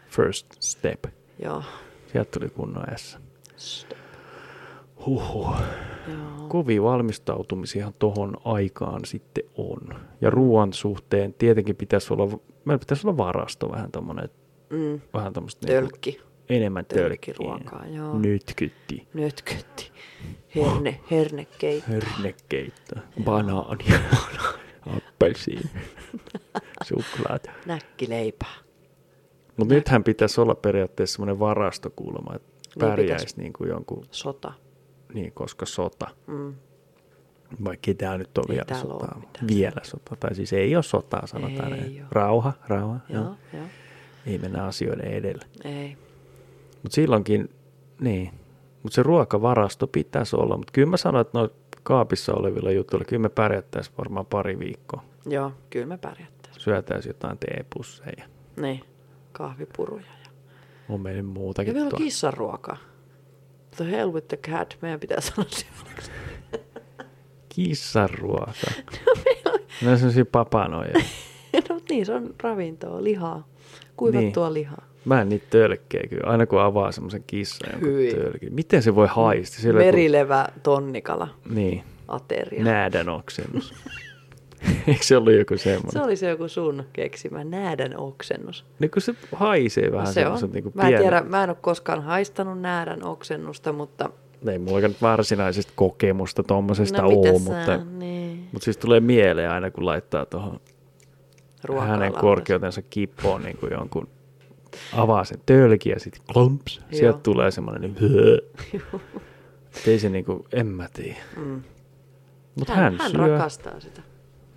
Speaker 1: first step.
Speaker 2: Joo.
Speaker 1: Sieltä tuli kunnon S.
Speaker 2: Stop.
Speaker 1: Huhhuh.
Speaker 2: Joo.
Speaker 1: Kovia valmistautumisia tohon aikaan sitten on. Ja ruoan suhteen tietenkin pitäisi olla, meillä pitäisi olla varasto vähän tommonen,
Speaker 2: Mm.
Speaker 1: vähän tommoista
Speaker 2: Tölkki.
Speaker 1: enemmän tölkkiä.
Speaker 2: Tölkkiruokaa, joo.
Speaker 1: Nytkytti.
Speaker 2: Nötkötti. Herne, hernekeitto.
Speaker 1: Hernekeitto, banaania, appelsiin, suklaata.
Speaker 2: Näkkileipää.
Speaker 1: Mutta nythän pitäisi olla periaatteessa semmoinen varastokulma, että pärjäisi
Speaker 2: pitäisi.
Speaker 1: niin kuin jonkun,
Speaker 2: Sota.
Speaker 1: niin koska sota.
Speaker 2: Mm.
Speaker 1: Vaikka ei tää nyt on
Speaker 2: Ei
Speaker 1: vielä
Speaker 2: täällä oo
Speaker 1: sotaa.
Speaker 2: mitään
Speaker 1: Vielä sotaa. Tai siis ei ole sotaa, sanotaan.
Speaker 2: Ei
Speaker 1: Ei
Speaker 2: oo.
Speaker 1: rauha, rauha. Joo.
Speaker 2: Joo, joo.
Speaker 1: Ei mennä asioiden edellä.
Speaker 2: Ei.
Speaker 1: Mutta silloinkin, niin. Mutta se ruokavarasto pitäisi olla. Mutta kyllä mä sanon, että noin kaapissa olevilla jutuilla, kyllä me pärjättäisiin varmaan pari viikkoa.
Speaker 2: Joo, kyllä me pärjättäisiin.
Speaker 1: Syötäisiin jotain teepusseja.
Speaker 2: Niin. Kahvipuruja ja
Speaker 1: On meillä
Speaker 2: Ja
Speaker 1: muutakin
Speaker 2: meillä on
Speaker 1: tuolla.
Speaker 2: kissanruokaa. The hell with the cat, meidän pitää sanoa seuraavaksi.
Speaker 1: Kissaruoka. no, on sellaisia papanoja.
Speaker 2: No mut niin, se on ravintoa, lihaa. Kuivattua niin. lihaa.
Speaker 1: Mä en niitä tölkkejä kyllä, aina kun avaa semmoisen kissan jonkun
Speaker 2: Hyi.
Speaker 1: tölkin. Miten se voi haista? Sillä kun-
Speaker 2: Merilevä tonnikala
Speaker 1: Niin,
Speaker 2: ateria.
Speaker 1: näädän oksennus. Eikö se ollut joku semmoinen?
Speaker 2: Se oli se joku sun keksimä näädän oksennus.
Speaker 1: Niin kun se haisee vähän
Speaker 2: No
Speaker 1: no
Speaker 2: se on.
Speaker 1: semmoisen niin
Speaker 2: mä, en tiedä, mä en ole koskaan haistanut näädän oksennusta, mutta...
Speaker 1: Ei mulla nyt varsinaisesta kokemusta tommosesta
Speaker 2: no mitä
Speaker 1: ole,
Speaker 2: sä,
Speaker 1: mutta,
Speaker 2: niin,
Speaker 1: mutta siis tulee mieleen aina kun laittaa tuohon
Speaker 2: ruokaa
Speaker 1: hänen
Speaker 2: lautaselle.
Speaker 1: korkeutensa kippoon niin kuin jonkun avaa sen tölki ja sitten klumps, sieltä tulee semmoinen niin höö. Ei se niinku, en mä tiedä.
Speaker 2: Mm.
Speaker 1: Mutta
Speaker 2: Hän,
Speaker 1: hän,
Speaker 2: hän
Speaker 1: syö,
Speaker 2: rakastaa sitä.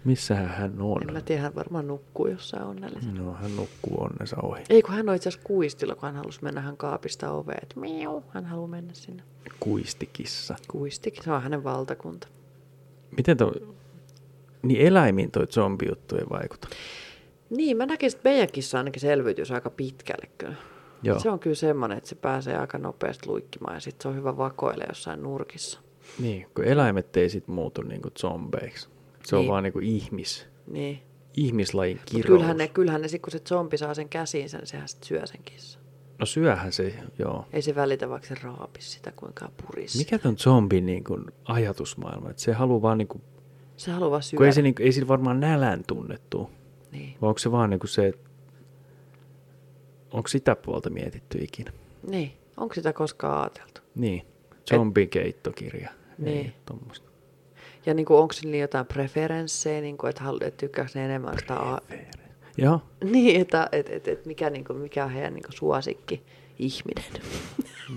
Speaker 1: missähän hän on.
Speaker 2: En mä tiedä, hän varmaan nukkuu jossain onnellisena.
Speaker 1: No, hän nukkuu onnensa ohi.
Speaker 2: Ei, kun hän on itse asiassa kuistilla, kun hän halusi mennä hän kaapista oveen. että Miau, hän haluaa mennä sinne.
Speaker 1: Kuistikissa.
Speaker 2: Kuistikin, se on hänen valtakunta.
Speaker 1: Miten toi... Niin eläimiin toi zombijuttu ei vaikuta.
Speaker 2: Niin, mä näkisin, että meidän kissa ainakin selviytyisi aika pitkälle kyllä.
Speaker 1: Joo.
Speaker 2: Se on kyllä semmoinen, että se pääsee aika nopeasti luikkimaan ja sitten se on hyvä vakoille jossain nurkissa.
Speaker 1: Niin, kun eläimet ei sit muutu niinku zombeiksi. Se on
Speaker 2: Niin.
Speaker 1: vaan niinku ihmis,
Speaker 2: Niin.
Speaker 1: ihmislajin
Speaker 2: Mut
Speaker 1: kirous.
Speaker 2: kyllähän ne, kyllähän ne sit, kun se zombi saa sen käsiinsä, niin sehän sit syö sen kissan.
Speaker 1: No syöhän se, joo.
Speaker 2: Ei se välitä, vaikka se raapisi sitä, kuinka purisi.
Speaker 1: Mikä ton zombin niinku ajatusmaailma? Et se haluaa vaan niinku...
Speaker 2: Se haluaa vaan syödä.
Speaker 1: Kun ei, se niinku, ei sillä varmaan nälän tunnettu.
Speaker 2: Niin.
Speaker 1: Vai onko se vaan niinku se, että... Onko sitä puolta mietitty ikinä?
Speaker 2: niin. Onko sitä koskaan ajateltu?
Speaker 1: Niin. Zombikeittokirja.
Speaker 2: Niin.
Speaker 1: Ei, tommosta.
Speaker 2: Ja niin onko sillä jotain preferenssejä, niin kuin, että, halu, että tykkääkö ne enemmän sitä A-
Speaker 1: Joo.
Speaker 2: Niin, että et, et, et mikä, niinku, mikä on heidän niinku suosikki ihminen.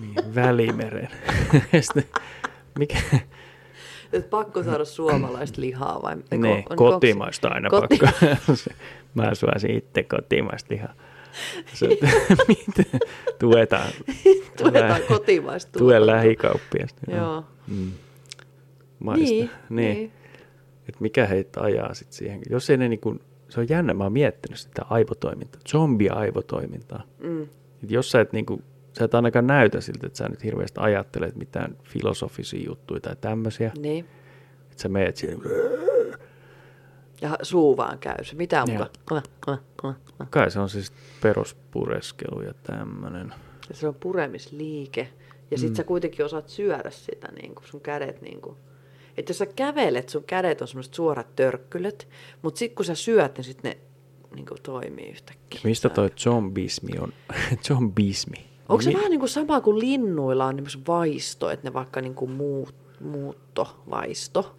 Speaker 1: Niin, välimeren. Sitten, mikä?
Speaker 2: Et pakko saada suomalaista lihaa vai? eikö-
Speaker 1: Niin,
Speaker 2: on-
Speaker 1: kotimaista aina
Speaker 2: Koti-
Speaker 1: pakko. Mä suosin itse kotimaista lihaa. Se, mitä? Tuetaan,
Speaker 2: Tuetaan kotimaista
Speaker 1: tuen
Speaker 2: tuotantoa.
Speaker 1: lähikauppia.
Speaker 2: Joo.
Speaker 1: Mm. Maista.
Speaker 2: Niin,
Speaker 1: niin.
Speaker 2: niin.
Speaker 1: Et mikä heitä ajaa sit siihen. Jos ei ne niinku, se on jännä, mä oon miettinyt sitä aivotoimintaa, zombi-aivotoimintaa.
Speaker 2: Mm.
Speaker 1: Et jos sä et, niinku, sä et ainakaan näytä siltä, että sä nyt hirveästi ajattelet mitään filosofisia juttuja tai tämmöisiä, mm.
Speaker 2: Niin.
Speaker 1: että sä meet siihen,
Speaker 2: Ja suu vaan käy se. Mitä
Speaker 1: Joo.
Speaker 2: muuta? Kla, kla, kla, kla.
Speaker 1: kai se on siis peruspureskelu ja tämmöinen.
Speaker 2: Ja se on puremisliike. Ja
Speaker 1: Mm.
Speaker 2: sit sä kuitenkin osaat syödä sitä niin kuin sun kädet niin kuin. Et jos sä kävelet, sun kädet on semmoiset suorat törkkylet, mutta sit kun sä syöt, niin sit ne niin kuin toimii yhtäkkiä.
Speaker 1: Mistä toi zombismi on? zombismi.
Speaker 2: Onko se
Speaker 1: Mi-
Speaker 2: vähän niin kuin sama kuin linnuilla on esimerkiksi vaisto, että ne vaikka niin kuin muut, muutto, vaisto?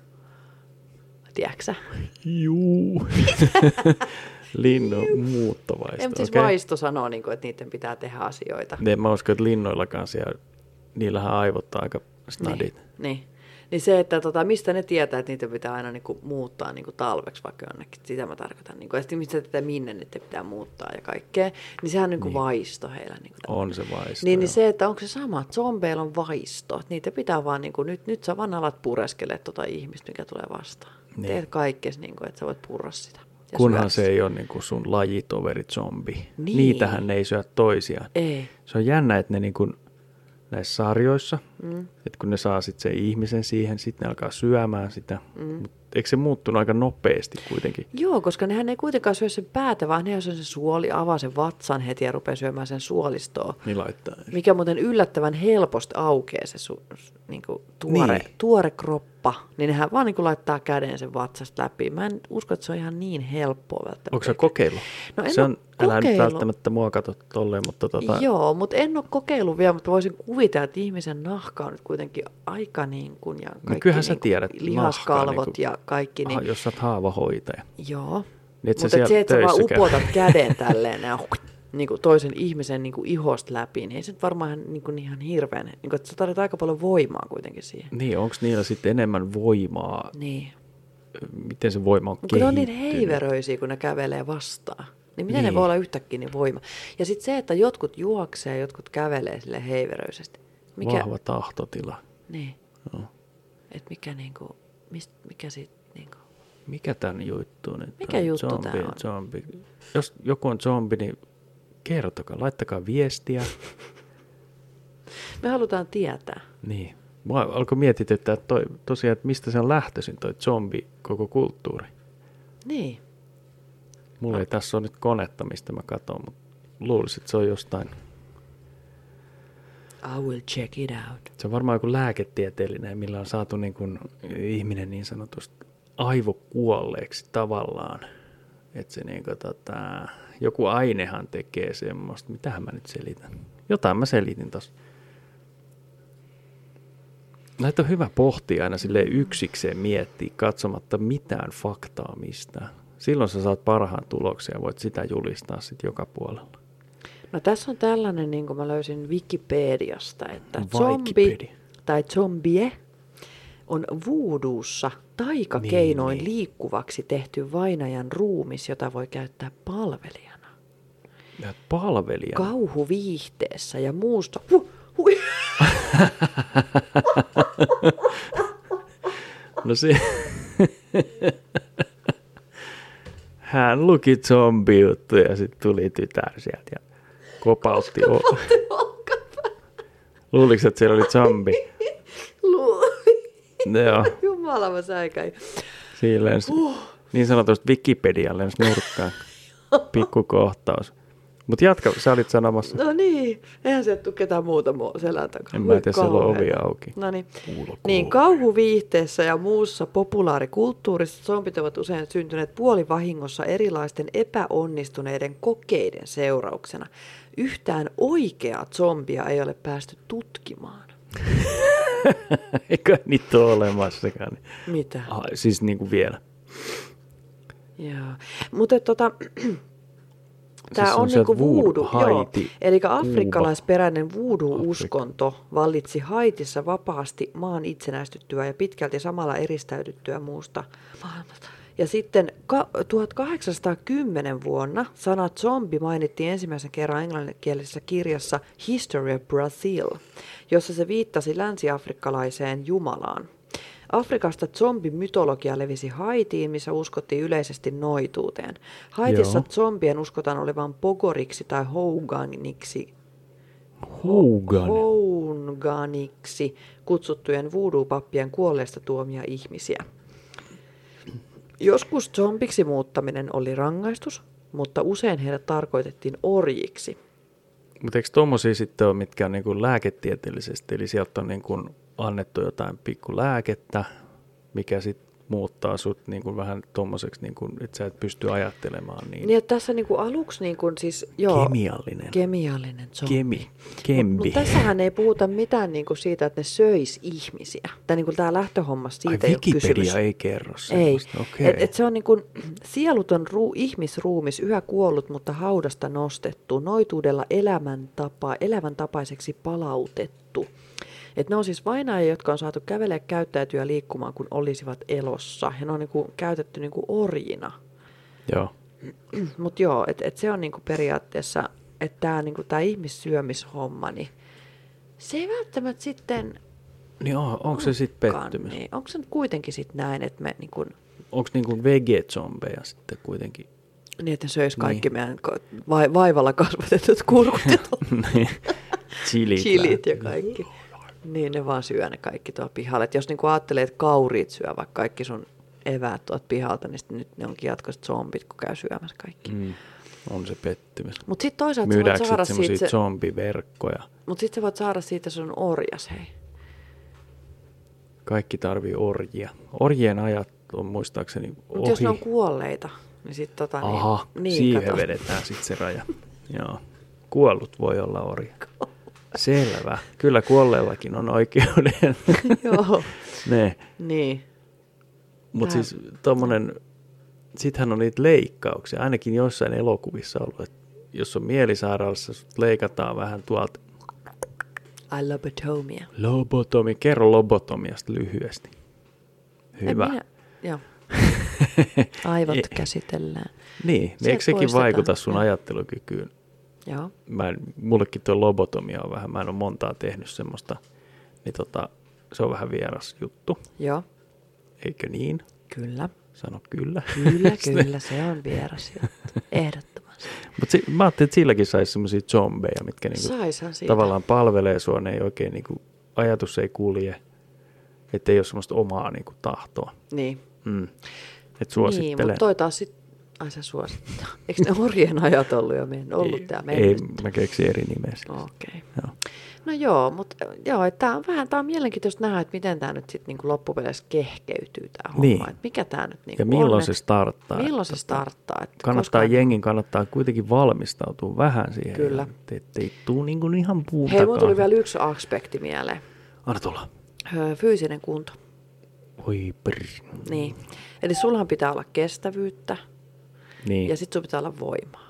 Speaker 2: Tiedätkö sä?
Speaker 1: Juu. Linnu
Speaker 2: En
Speaker 1: muuttovaisto.
Speaker 2: mutta siis
Speaker 1: okei.
Speaker 2: vaisto sanoo, niin kuin, että niiden pitää tehdä asioita.
Speaker 1: En mä usko, että linnoillakaan siellä, niillähän aivot on aika snadit.
Speaker 2: Niin, niin. niin se, että tota, mistä ne tietää, että niitä pitää aina niinku muuttaa niinku talveksi vaikka jonnekin, sitä mä tarkoitan. Niinku, ja sitten mistä tätä minne niitä pitää muuttaa ja kaikkea, niin sehän on niinku niin. vaisto heillä. Niinku tämmönen.
Speaker 1: On se vaisto.
Speaker 2: niin,
Speaker 1: joo.
Speaker 2: niin se, että onko se sama, että zombeilla on vaisto, että niitä pitää vaan, niinku, nyt, nyt sä vaan alat pureskele tota ihmistä, mikä tulee vastaan.
Speaker 1: Niin.
Speaker 2: Niin. Teet kaikkes, niinku, että sä voit purra sitä. ja syödä
Speaker 1: Kunhan se
Speaker 2: sitä.
Speaker 1: ei ole niin kuin sun lajitoveri zombi. Niin.
Speaker 2: Niin.
Speaker 1: Niitähän ne ei syö toisiaan.
Speaker 2: Ei.
Speaker 1: Se on jännä, että ne niin kuin näissä sarjoissa, mm. että kun ne saa sit sen ihmisen siihen, sitten ne alkaa syömään sitä. Mm. Mut eikö se muuttunut aika nopeasti kuitenkin?
Speaker 2: Joo, koska nehän ei kuitenkaan syö sen päätä, vaan ne syö sen suoli, avaa sen vatsan heti ja rupeaa syömään sen suolistoa.
Speaker 1: Niin laittaa.
Speaker 2: Mikä muuten yllättävän helposti aukeaa se su, su, niin kuin tuore,
Speaker 1: Niin.
Speaker 2: niin. tuore kroppa. Niin nehän vaan niin kuin laittaa käden sen vatsasta läpi. Mä en usko, että se on ihan niin helppoa välttämättä.
Speaker 1: Onko sä kokeillut?
Speaker 2: No en
Speaker 1: se
Speaker 2: oo
Speaker 1: on, älä nyt
Speaker 2: kokeillut.
Speaker 1: välttämättä mua katso tolleen, mutta tota,
Speaker 2: Joo, mutta en ole kokeillut vielä, mutta voisin kuvitella, että ihmisen nahka on nyt kuitenkin aika niin kuin, ja kaikki
Speaker 1: No kyllähän
Speaker 2: niin
Speaker 1: sä
Speaker 2: kuin
Speaker 1: tiedät,
Speaker 2: lihaskalvot
Speaker 1: nahka niin kuin-
Speaker 2: ja kaikki. Niin,
Speaker 1: aha, jos sä oot haavahoitaja.
Speaker 2: Joo.
Speaker 1: Niin et sä
Speaker 2: Mutta se,
Speaker 1: siellä
Speaker 2: se, että sä vaan
Speaker 1: töissä käy.
Speaker 2: upotat käden tälleen ja niin kuin toisen ihmisen niin kuin ihosta läpi, niin ei se nyt varmaan ihan- niin kuin ihan hirveän. Niin kuin, että sä tarvitset aika paljon voimaa kuitenkin siihen.
Speaker 1: Niin, onko niillä sitten enemmän voimaa?
Speaker 2: Niin.
Speaker 1: Miten se voima on
Speaker 2: Mutta ne on niin
Speaker 1: kehittynyt?
Speaker 2: heiveröisiä, kun ne kävelee vastaan. Niin miten
Speaker 1: Niin.
Speaker 2: ne voi olla yhtäkkiä niin voima? Ja sitten se, että jotkut juoksee ja jotkut kävelee sille heiveröisesti. Mikä,
Speaker 1: Vahva tahtotila.
Speaker 2: Niin.
Speaker 1: Joo.
Speaker 2: Et mikä niinku, mist, mikä sit niinku.
Speaker 1: Mikä tämän juttu nyt
Speaker 2: Mikä
Speaker 1: on?
Speaker 2: juttu
Speaker 1: zombi,
Speaker 2: tää on?
Speaker 1: Zombi. Jos joku on zombi, niin kertokaa, laittakaa viestiä.
Speaker 2: Me halutaan tietää.
Speaker 1: niin. Mua alkoi mietityttää toi, tosiaan, että mistä se on lähtöisin toi zombi koko kulttuuri.
Speaker 2: Niin.
Speaker 1: Mulla ei tässä ole nyt konetta, mistä mä katson, mutta luulisin, että se on jostain.
Speaker 2: I will check it out.
Speaker 1: Se on varmaan joku lääketieteellinen, millä on saatu niin kuin ihminen niin sanotusti aivokuolleeksi tavallaan. Että se niin kuin, tota, joku ainehan tekee semmoista. Mitähän mä nyt selitän? Jotain mä selitin tossa. Näitä on hyvä pohtia aina sille yksikseen miettiä katsomatta mitään faktaa mistään. Silloin sä saat parhaan tuloksen ja voit sitä julistaa sitten joka puolella.
Speaker 2: No tässä on tällainen, niin kuin mä löysin Wikipediasta, että zombi
Speaker 1: Wikipedia.
Speaker 2: tai zombie on vuuduussa taikakeinoin
Speaker 1: Niin,
Speaker 2: niin, liikkuvaksi tehty vainajan ruumis, jota voi käyttää palvelijana.
Speaker 1: Ja palvelija.
Speaker 2: Kauhuviihteessä ja muusta. Huh, hui.
Speaker 1: No se... Hän luki zombijuttuja ja sitten tuli tytär sieltä ja kopautti. O- Luuliko, että siellä oli zombi?
Speaker 2: Luuli.
Speaker 1: No Joo,
Speaker 2: Jumala, mä säikäin.
Speaker 1: siinä lensi niin sanotusti Wikipedia lensi nurkkaan. Pikku kohtaus. Mutta jatka, sä olit sanomassa.
Speaker 2: No niin, eihän sieltä tule ketään muuta mua selän takaa.
Speaker 1: En mä tiedä, siellä on ovi auki.
Speaker 2: No niin.
Speaker 1: Kuulokuu.
Speaker 2: Niin, kauhuviihteessä ja muussa populaarikulttuurissa zombit ovat usein syntyneet puolivahingossa erilaisten epäonnistuneiden kokeiden seurauksena. Yhtään oikeaa zombia ei ole päästy tutkimaan.
Speaker 1: Eikä niitä ole olemassakaan.
Speaker 2: Mitä?
Speaker 1: Ah, siis niin kuin vielä.
Speaker 2: Joo. Mutta tota, tämä
Speaker 1: se on
Speaker 2: on,
Speaker 1: sieltä
Speaker 2: niinku
Speaker 1: voodoo,
Speaker 2: voodoo, joo.
Speaker 1: Haiti,
Speaker 2: Eli
Speaker 1: Kuuba.
Speaker 2: afrikkalaisperäinen voodoo-uskonto vallitsi Haitissa vapaasti maan itsenäistyttyä ja pitkälti samalla eristäydyttyä muusta maailmasta. Ja sitten ka- 1810 vuonna sana zombi mainittiin ensimmäisen kerran englanninkielisessä kirjassa History of Brazil, jossa se viittasi länsiafrikkalaiseen jumalaan. Afrikasta zombimytologia levisi Haitiin, missä uskottiin yleisesti noituuteen. Haitissa
Speaker 1: Joo.
Speaker 2: zombien uskotaan olevan pogoriksi tai houganiksi,
Speaker 1: Hogan.
Speaker 2: hounganiksi kutsuttujen voodoo-pappien kuolleista tuomia ihmisiä. Joskus zombiksi muuttaminen oli rangaistus, mutta usein heidät tarkoitettiin orjiksi.
Speaker 1: Mutta eikö tuommoisia sitten ole, mitkä on niin kuin lääketieteellisesti, eli sieltä on niin kuin annettu jotain pikku lääkettä, mikä sitten muuttaa sut niin kuin vähän tuommoiseksi, niin kuin, että sä et pysty ajattelemaan niin.
Speaker 2: Niin, että tässä niinku aluksi niinku siis, joo,
Speaker 1: Kemiallinen.
Speaker 2: kemiallinen zombi.
Speaker 1: Kemi. Kembi.
Speaker 2: Mutta tässähän ei puhuta mitään niinku siitä, että ne söis ihmisiä. Tämä niinku, tää lähtöhomma
Speaker 1: Ai,
Speaker 2: siitä ei ole kysymys.
Speaker 1: Wikipedia ei kerro
Speaker 2: Ei.
Speaker 1: semmoista. Okei.
Speaker 2: Et, et se on niin kuin sieluton ruu, ihmisruumis, yhä kuollut, mutta haudasta nostettu, noituudella elämäntapa, elämäntapaiseksi palautettu. Et ne on siis vainaajia, jotka on saatu kävelee, käyttäytyä ja liikkumaan, kun olisivat elossa. Ja ne on niin kuin käytetty niin kuin orjina.
Speaker 1: Joo.
Speaker 2: Mutta joo, et, et se on niinku periaatteessa, että tämä niinku, tää ihmissyömishomma, niin se ei välttämättä sitten...
Speaker 1: Niin on, onko se sitten
Speaker 2: olekaan
Speaker 1: pettymys?
Speaker 2: Niin. Onko se nyt kuitenkin sitten näin, että me niinku,
Speaker 1: Onko niinku vege-zombeja sitten kuitenkin?
Speaker 2: niin, että ne söis kaikki niin. meidän ko- vai, vaivalla kasvatetut kurkut ja
Speaker 1: Niin. Chilit.
Speaker 2: chilit ja kaikki. Niin, ne vaan syö ne kaikki tuolla pihalla. Et jos niinku ajattelee, että kauriit syö vaikka kaikki sun eväät tuolta pihalta, niin sit nyt ne onkin jatkossa zombit, kun käy syömässä kaikki. Mm.
Speaker 1: Mm. On se pettymys.
Speaker 2: Mutta sitten toisaalta sä
Speaker 1: Myydäänkö
Speaker 2: voit
Speaker 1: sitten
Speaker 2: saada
Speaker 1: semmoisia
Speaker 2: siitä,
Speaker 1: se...
Speaker 2: se,
Speaker 1: zombiverkkoja?
Speaker 2: mut sit sä voit saada siitä sun orjas, hei.
Speaker 1: Kaikki tarvii orjia. Orjien ajat on muistaakseni
Speaker 2: Mutta
Speaker 1: ohi.
Speaker 2: jos ne on kuolleita, niin sitten tota niin...
Speaker 1: Aha,
Speaker 2: niin,
Speaker 1: siihen
Speaker 2: kato.
Speaker 1: vedetään sitten se raja. Joo. Kuollut voi olla orja. Selvä. Kyllä kuolleellakin on oikeuden.
Speaker 2: Joo,
Speaker 1: ne.
Speaker 2: niin.
Speaker 1: Mutta
Speaker 2: Tää-
Speaker 1: siis tommonen, sittenhän on niitä leikkauksia, ainakin joissain elokuvissa ollut, että jos on mielisairaalassa, sut leikataan vähän tuolta
Speaker 2: I lobotomia.
Speaker 1: lobotomi, kerro lobotomiasta lyhyesti. Hyvä.
Speaker 2: En minä, joo. Aivot käsitellään.
Speaker 1: E- Niin, niin
Speaker 2: Sieltä
Speaker 1: eikö sekin
Speaker 2: poistetaan,
Speaker 1: vaikuta sun
Speaker 2: joo.
Speaker 1: ajattelukykyyn?
Speaker 2: Joo.
Speaker 1: Mä en, mullekin tuo lobotomia on vähän, mä en ole montaa tehnyt semmoista, niin tota, se on vähän vieras juttu,
Speaker 2: Joo,
Speaker 1: eikö niin?
Speaker 2: kyllä.
Speaker 1: Sano kyllä.
Speaker 2: Kyllä, kyllä, se on vieras juttu. Ehdottomasti.
Speaker 1: Mutta si- mä ajattelin, että silläkin saisi semmoisia zombeja, mitkä niinku
Speaker 2: Saishan siitä.
Speaker 1: tavallaan palvelee sua, ne ei oikein, niin kuin, ajatus ei kulje, ettei ole semmoista omaa niin kuin, tahtoa.
Speaker 2: Niin.
Speaker 1: Mm. Et
Speaker 2: Niin,
Speaker 1: suosittelen.
Speaker 2: mutta toi taas sit... Ai sä suosittaa. Eikö ne orjien ajat ollut jo men... ollut tää
Speaker 1: ei, ei,
Speaker 2: mennyt?
Speaker 1: mä keksin eri nimeä sille.
Speaker 2: Okei.
Speaker 1: Joo.
Speaker 2: No joo, mutta joo, että tää on vähän, tää on mielenkiintoista nähdä, että miten tämä nyt sitten niinku loppupeleissä kehkeytyy tämä homma.
Speaker 1: Niin.
Speaker 2: Niin. Että mikä tämä nyt niinku
Speaker 1: Ja milloin
Speaker 2: on,
Speaker 1: se
Speaker 2: et-
Speaker 1: starttaa?
Speaker 2: Milloin se
Speaker 1: Että
Speaker 2: starttaa? Että
Speaker 1: Kannattaa,
Speaker 2: koska-
Speaker 1: jengin kannattaa kuitenkin valmistautua vähän siihen.
Speaker 2: Kyllä.
Speaker 1: et- Ettei tuu niin kuin ihan puutakaan.
Speaker 2: Hei, mulla tuli vielä yksi aspekti mieleen.
Speaker 1: Anna tulla.
Speaker 2: Öö, Fyysinen kunto.
Speaker 1: Oi prr.
Speaker 2: Niin. Eli sulhan pitää olla kestävyyttä
Speaker 1: Niin.
Speaker 2: ja sitten sun pitää olla voimaa.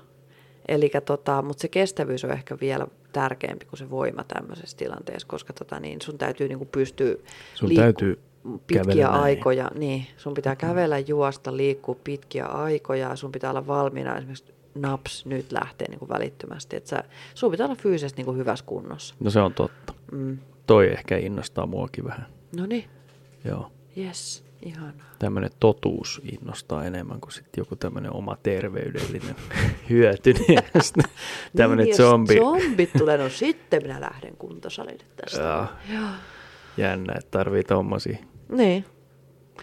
Speaker 2: Eli tota, mutta se kestävyys on ehkä vielä tärkeämpi kuin se voima tämmöisessä tilanteessa, koska tota, niin sun täytyy niinku pystyä
Speaker 1: Sun
Speaker 2: liikku-
Speaker 1: täytyy kävellä
Speaker 2: pitkiä
Speaker 1: näin. Mm-hmm.
Speaker 2: aikoja. Niin, sun pitää kävellä, juosta, liikkua pitkiä aikoja ja sun pitää olla valmiina esimerkiksi naps nyt lähtee niinku välittömästi. Et sä, sun pitää olla fyysisesti niinku hyvässä kunnossa.
Speaker 1: No se on totta.
Speaker 2: Mm.
Speaker 1: Toi ehkä innostaa muakin vähän.
Speaker 2: No niin,
Speaker 1: Joo.
Speaker 2: yes, ihanaa.
Speaker 1: tämmöinen totuus innostaa enemmän kuin sitten joku tämmöinen oma terveydellinen hyöty. Niin sitten tämmöinen
Speaker 2: Niin, jos
Speaker 1: zombi.
Speaker 2: Zombit tulee, no sitten minä lähden kuntosalille tästä.
Speaker 1: Joo.
Speaker 2: Joo.
Speaker 1: Jännä, että tarvii tommosia.
Speaker 2: Niin.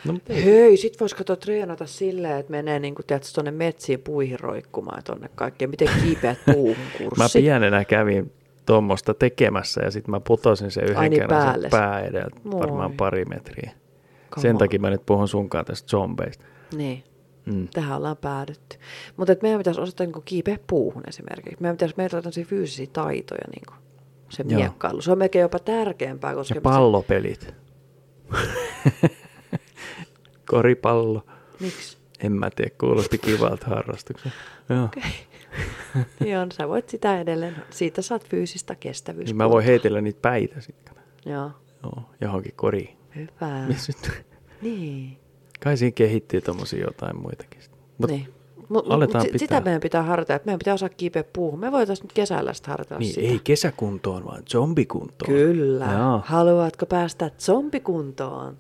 Speaker 1: No, mutta ei.
Speaker 2: Hei, sit vois kato treenata silleen, että menee niinku, tiedätkö, tonne metsiin puihin roikkumaan ja tonne kaikkeen. Miten kiipeät puuhun
Speaker 1: mä
Speaker 2: kurssi.
Speaker 1: pienenä kävin tuommoista tekemässä ja sitten mä putosin sen
Speaker 2: Ai
Speaker 1: yhden
Speaker 2: niin,
Speaker 1: kerran
Speaker 2: päälle.
Speaker 1: sen pää edeltä
Speaker 2: Moi.
Speaker 1: varmaan pari metriä.
Speaker 2: Come
Speaker 1: Sen
Speaker 2: on.
Speaker 1: takia mä nyt puhun sunkaan tästä zombeista.
Speaker 2: Niin.
Speaker 1: Mm.
Speaker 2: Tähän ollaan päädytty. niin Mutta meidän pitäisi osata niinku kiipeä puuhun esimerkiksi. Meidän pitäisi meillä on tämmöisiä fyysisiä taitoja. Niinku. se
Speaker 1: Joo.
Speaker 2: miekkailu. Se on melkein jopa tärkeämpää, koska
Speaker 1: Ja pallopelit. Koripallo.
Speaker 2: Miksi?
Speaker 1: En mä tiedä, kuulosti kivalta harrastukselta. Joo. Okay.
Speaker 2: Joo, no sä voit sitä edelleen. Siitä saat fyysistä kestävyys.
Speaker 1: Niin mä voin heitellä niitä päitä sitten. kato.
Speaker 2: Joo,
Speaker 1: Joo, johonkin koriin.
Speaker 2: hyvä.
Speaker 1: Missä nyt-
Speaker 2: Niin.
Speaker 1: Kai siinä kehittyy tommosia jotain muitakin. sit. Mut,
Speaker 2: niin. Mut,
Speaker 1: aletaan
Speaker 2: mut, si-
Speaker 1: pitää.
Speaker 2: sitä meidän pitää harjoitella, että meidän pitää osaa kiipeä puuhun. Me voitaisiin nyt kesällä sitten harjoitella
Speaker 1: niin
Speaker 2: sitä.
Speaker 1: ei kesäkuntoon, vaan zombikuntoon.
Speaker 2: Kyllä.
Speaker 1: Joo.
Speaker 2: Haluatko päästä zombikuntoon?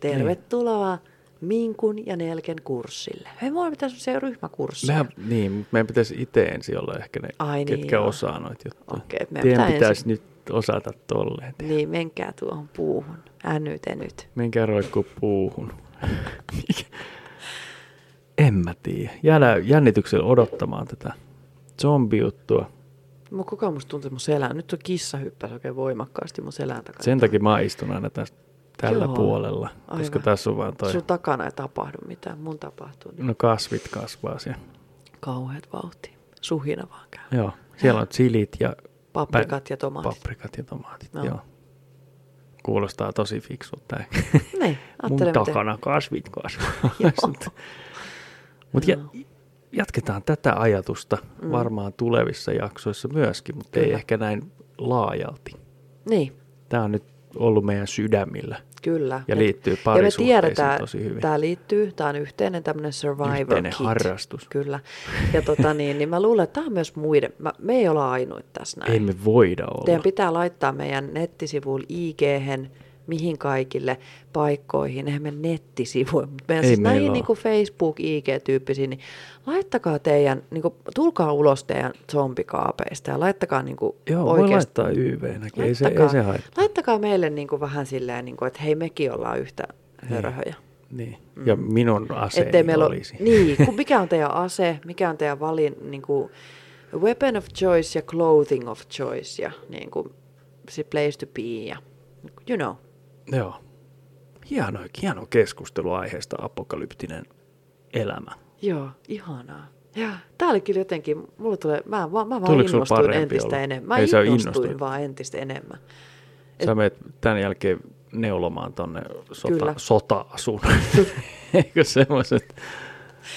Speaker 2: Tervetuloa
Speaker 1: Niin.
Speaker 2: Minkun ja Nelken kurssille. Me voimme pitää sellaisia ryhmäkursseja.
Speaker 1: Mehän, niin, mut meidän pitäisi itse ensin olla ehkä ne,
Speaker 2: Ai niin,
Speaker 1: ketkä
Speaker 2: joo.
Speaker 1: osaa noita juttuja.
Speaker 2: Okei, et meidän
Speaker 1: Teidän
Speaker 2: pitää
Speaker 1: pitäisi
Speaker 2: ensin-
Speaker 1: nyt osata tolleen.
Speaker 2: Niin, menkää tuohon puuhun. Änyte nyt.
Speaker 1: Menkää roikkuu puuhun. en mä tiedä. Jäädään jännityksellä odottamaan tätä zombijuttua.
Speaker 2: Mun koko ajan musta tuntuu, että mun selän. Nyt on kissa hyppäsi oikein voimakkaasti mun selän takana.
Speaker 1: Sen takia mä istun aina tässä, tällä
Speaker 2: Joo.
Speaker 1: puolella, koska
Speaker 2: Aivan.
Speaker 1: tässä on vaan toi,
Speaker 2: Sun takana ei tapahdu mitään. Mun tapahtuu niin
Speaker 1: no kasvit kasvaa siellä.
Speaker 2: kauheat vauhtia. Suhina vaan käy.
Speaker 1: Joo, siellä on chilit ja
Speaker 2: Paprikat ja tomaatit.
Speaker 1: paprikat ja tomaatit.
Speaker 2: Joo.
Speaker 1: Joo. Kuulostaa tosi fiksulta. ei?
Speaker 2: Niin,
Speaker 1: Mun
Speaker 2: ajattele, miten-
Speaker 1: takana kasvit kasvaa. Mutta ja, jatketaan tätä ajatusta mm. varmaan tulevissa jaksoissa myöskin, mutta ei
Speaker 2: Kyllä.
Speaker 1: ehkä näin laajalti.
Speaker 2: Niin,
Speaker 1: Tämä on nyt ollut meidän sydämillä.
Speaker 2: Kyllä.
Speaker 1: Ja
Speaker 2: Et-
Speaker 1: liittyy
Speaker 2: Ja
Speaker 1: parisuhteisiin
Speaker 2: me tiedetään,
Speaker 1: tosi hyvin.
Speaker 2: tämä liittyy, tämä on yhteinen tämmöinen survivor
Speaker 1: Yhteinen
Speaker 2: kit.
Speaker 1: harrastus.
Speaker 2: Kyllä. Ja tota niin, niin mä luulen, että tämä on myös muiden, mä, me ei olla ainoit tässä näin.
Speaker 1: Ei me voida olla.
Speaker 2: Teidän pitää laittaa meidän nettisivuille ig mihin kaikille paikkoihin, eihän meidän nettisivuja, mutta meidän
Speaker 1: Ei
Speaker 2: siis
Speaker 1: meillä
Speaker 2: näihin
Speaker 1: ole.
Speaker 2: niin kuin Facebook, IG-tyyppisiin, niin laittakaa teidän, niin kuin, tulkaa ulos teidän zombikaapeista ja laittakaa niin kuin
Speaker 1: Joo, voi
Speaker 2: oikeasti
Speaker 1: laittaa YV-näkin. Ei se, ei se haittaa.
Speaker 2: laittakaa meille niin kuin vähän silleen, niin kuin, että hei mekin ollaan yhtä hörhöjä.
Speaker 1: Niin. Ja minun aseeni
Speaker 2: Mm. Ettei meillä ole-
Speaker 1: olisi.
Speaker 2: Niin, kun mikä on teidän ase, mikä on teidän valin, niin kuin, weapon of choice ja clothing of choice ja niin kuin, se place to be ja you know.
Speaker 1: Joo. Hieno, hieno keskustelu aiheesta apokalyptinen elämä.
Speaker 2: Joo, ihanaa. Ja, tää oli kyllä jotenkin, mulla tulee, mä, mä, mä vaan
Speaker 1: Tuliko sulla
Speaker 2: innostuin
Speaker 1: parempi
Speaker 2: entistä
Speaker 1: olla?
Speaker 2: enemmän. Mä
Speaker 1: Ei, sä
Speaker 2: innostuin
Speaker 1: innostuit.
Speaker 2: vaan entistä enemmän.
Speaker 1: Et... Sä menet tämän jälkeen neulomaan tonne
Speaker 2: Kyllä.
Speaker 1: sota, sota-asun. Eikö semmoiset?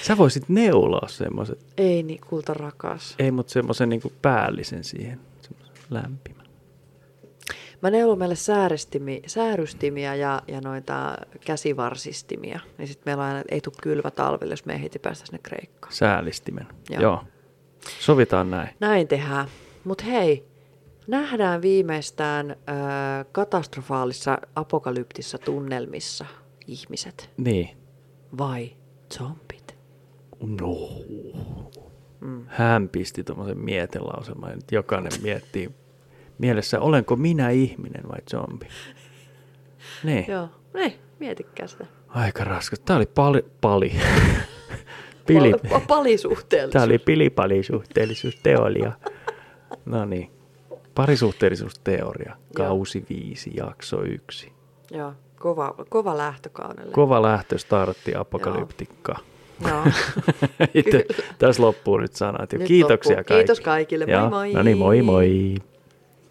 Speaker 1: Sä voisit neulaa semmoiset.
Speaker 2: Ei niin, kulta rakas.
Speaker 1: Ei, mutta semmoisen niinku päällisen siihen. Semmoisen lämpimän.
Speaker 2: Mä neulon meille sääristimi, säärystimiä ja, ja noita käsivarsistimia. Niin sitten meillä on aina, ei tule kylmä talvelle, jos me ei heti päästä sinne Kreikkaan.
Speaker 1: Säällistimen.
Speaker 2: Joo.
Speaker 1: Joo. Joo. Sovitaan näin.
Speaker 2: Näin tehdään. Mutta hei, nähdään viimeistään ö, katastrofaalissa apokalyptisissa tunnelmissa ihmiset
Speaker 1: Niin.
Speaker 2: vai zombit.
Speaker 1: No. Mm. Hän pisti tuommoisen mietelauselman ja nyt jokainen miettii mielessä, olenko minä ihminen vai zombi. Niin.
Speaker 2: Joo, niin, mietikää sitä.
Speaker 1: Aika raskas. Tää oli pali... pali. Pili.
Speaker 2: Pa- pa- Palisuhteellisuus.
Speaker 1: Tää oli pilipallisuhteellisuusteoria. No niin. Parisuhteellisuusteoria. Kausi 5, jakso 1.
Speaker 2: Joo, kova, kova lähtökaudelle.
Speaker 1: Kova lähtö, startti, apokalyptikka.
Speaker 2: Joo.
Speaker 1: Itse- Tässä loppuu nyt sanat. Jo.
Speaker 2: Nyt
Speaker 1: Kiitoksia
Speaker 2: loppuu.
Speaker 1: kaikille.
Speaker 2: Kiitos kaikille. Moi
Speaker 1: Joo.
Speaker 2: moi.
Speaker 1: No niin, moi moi.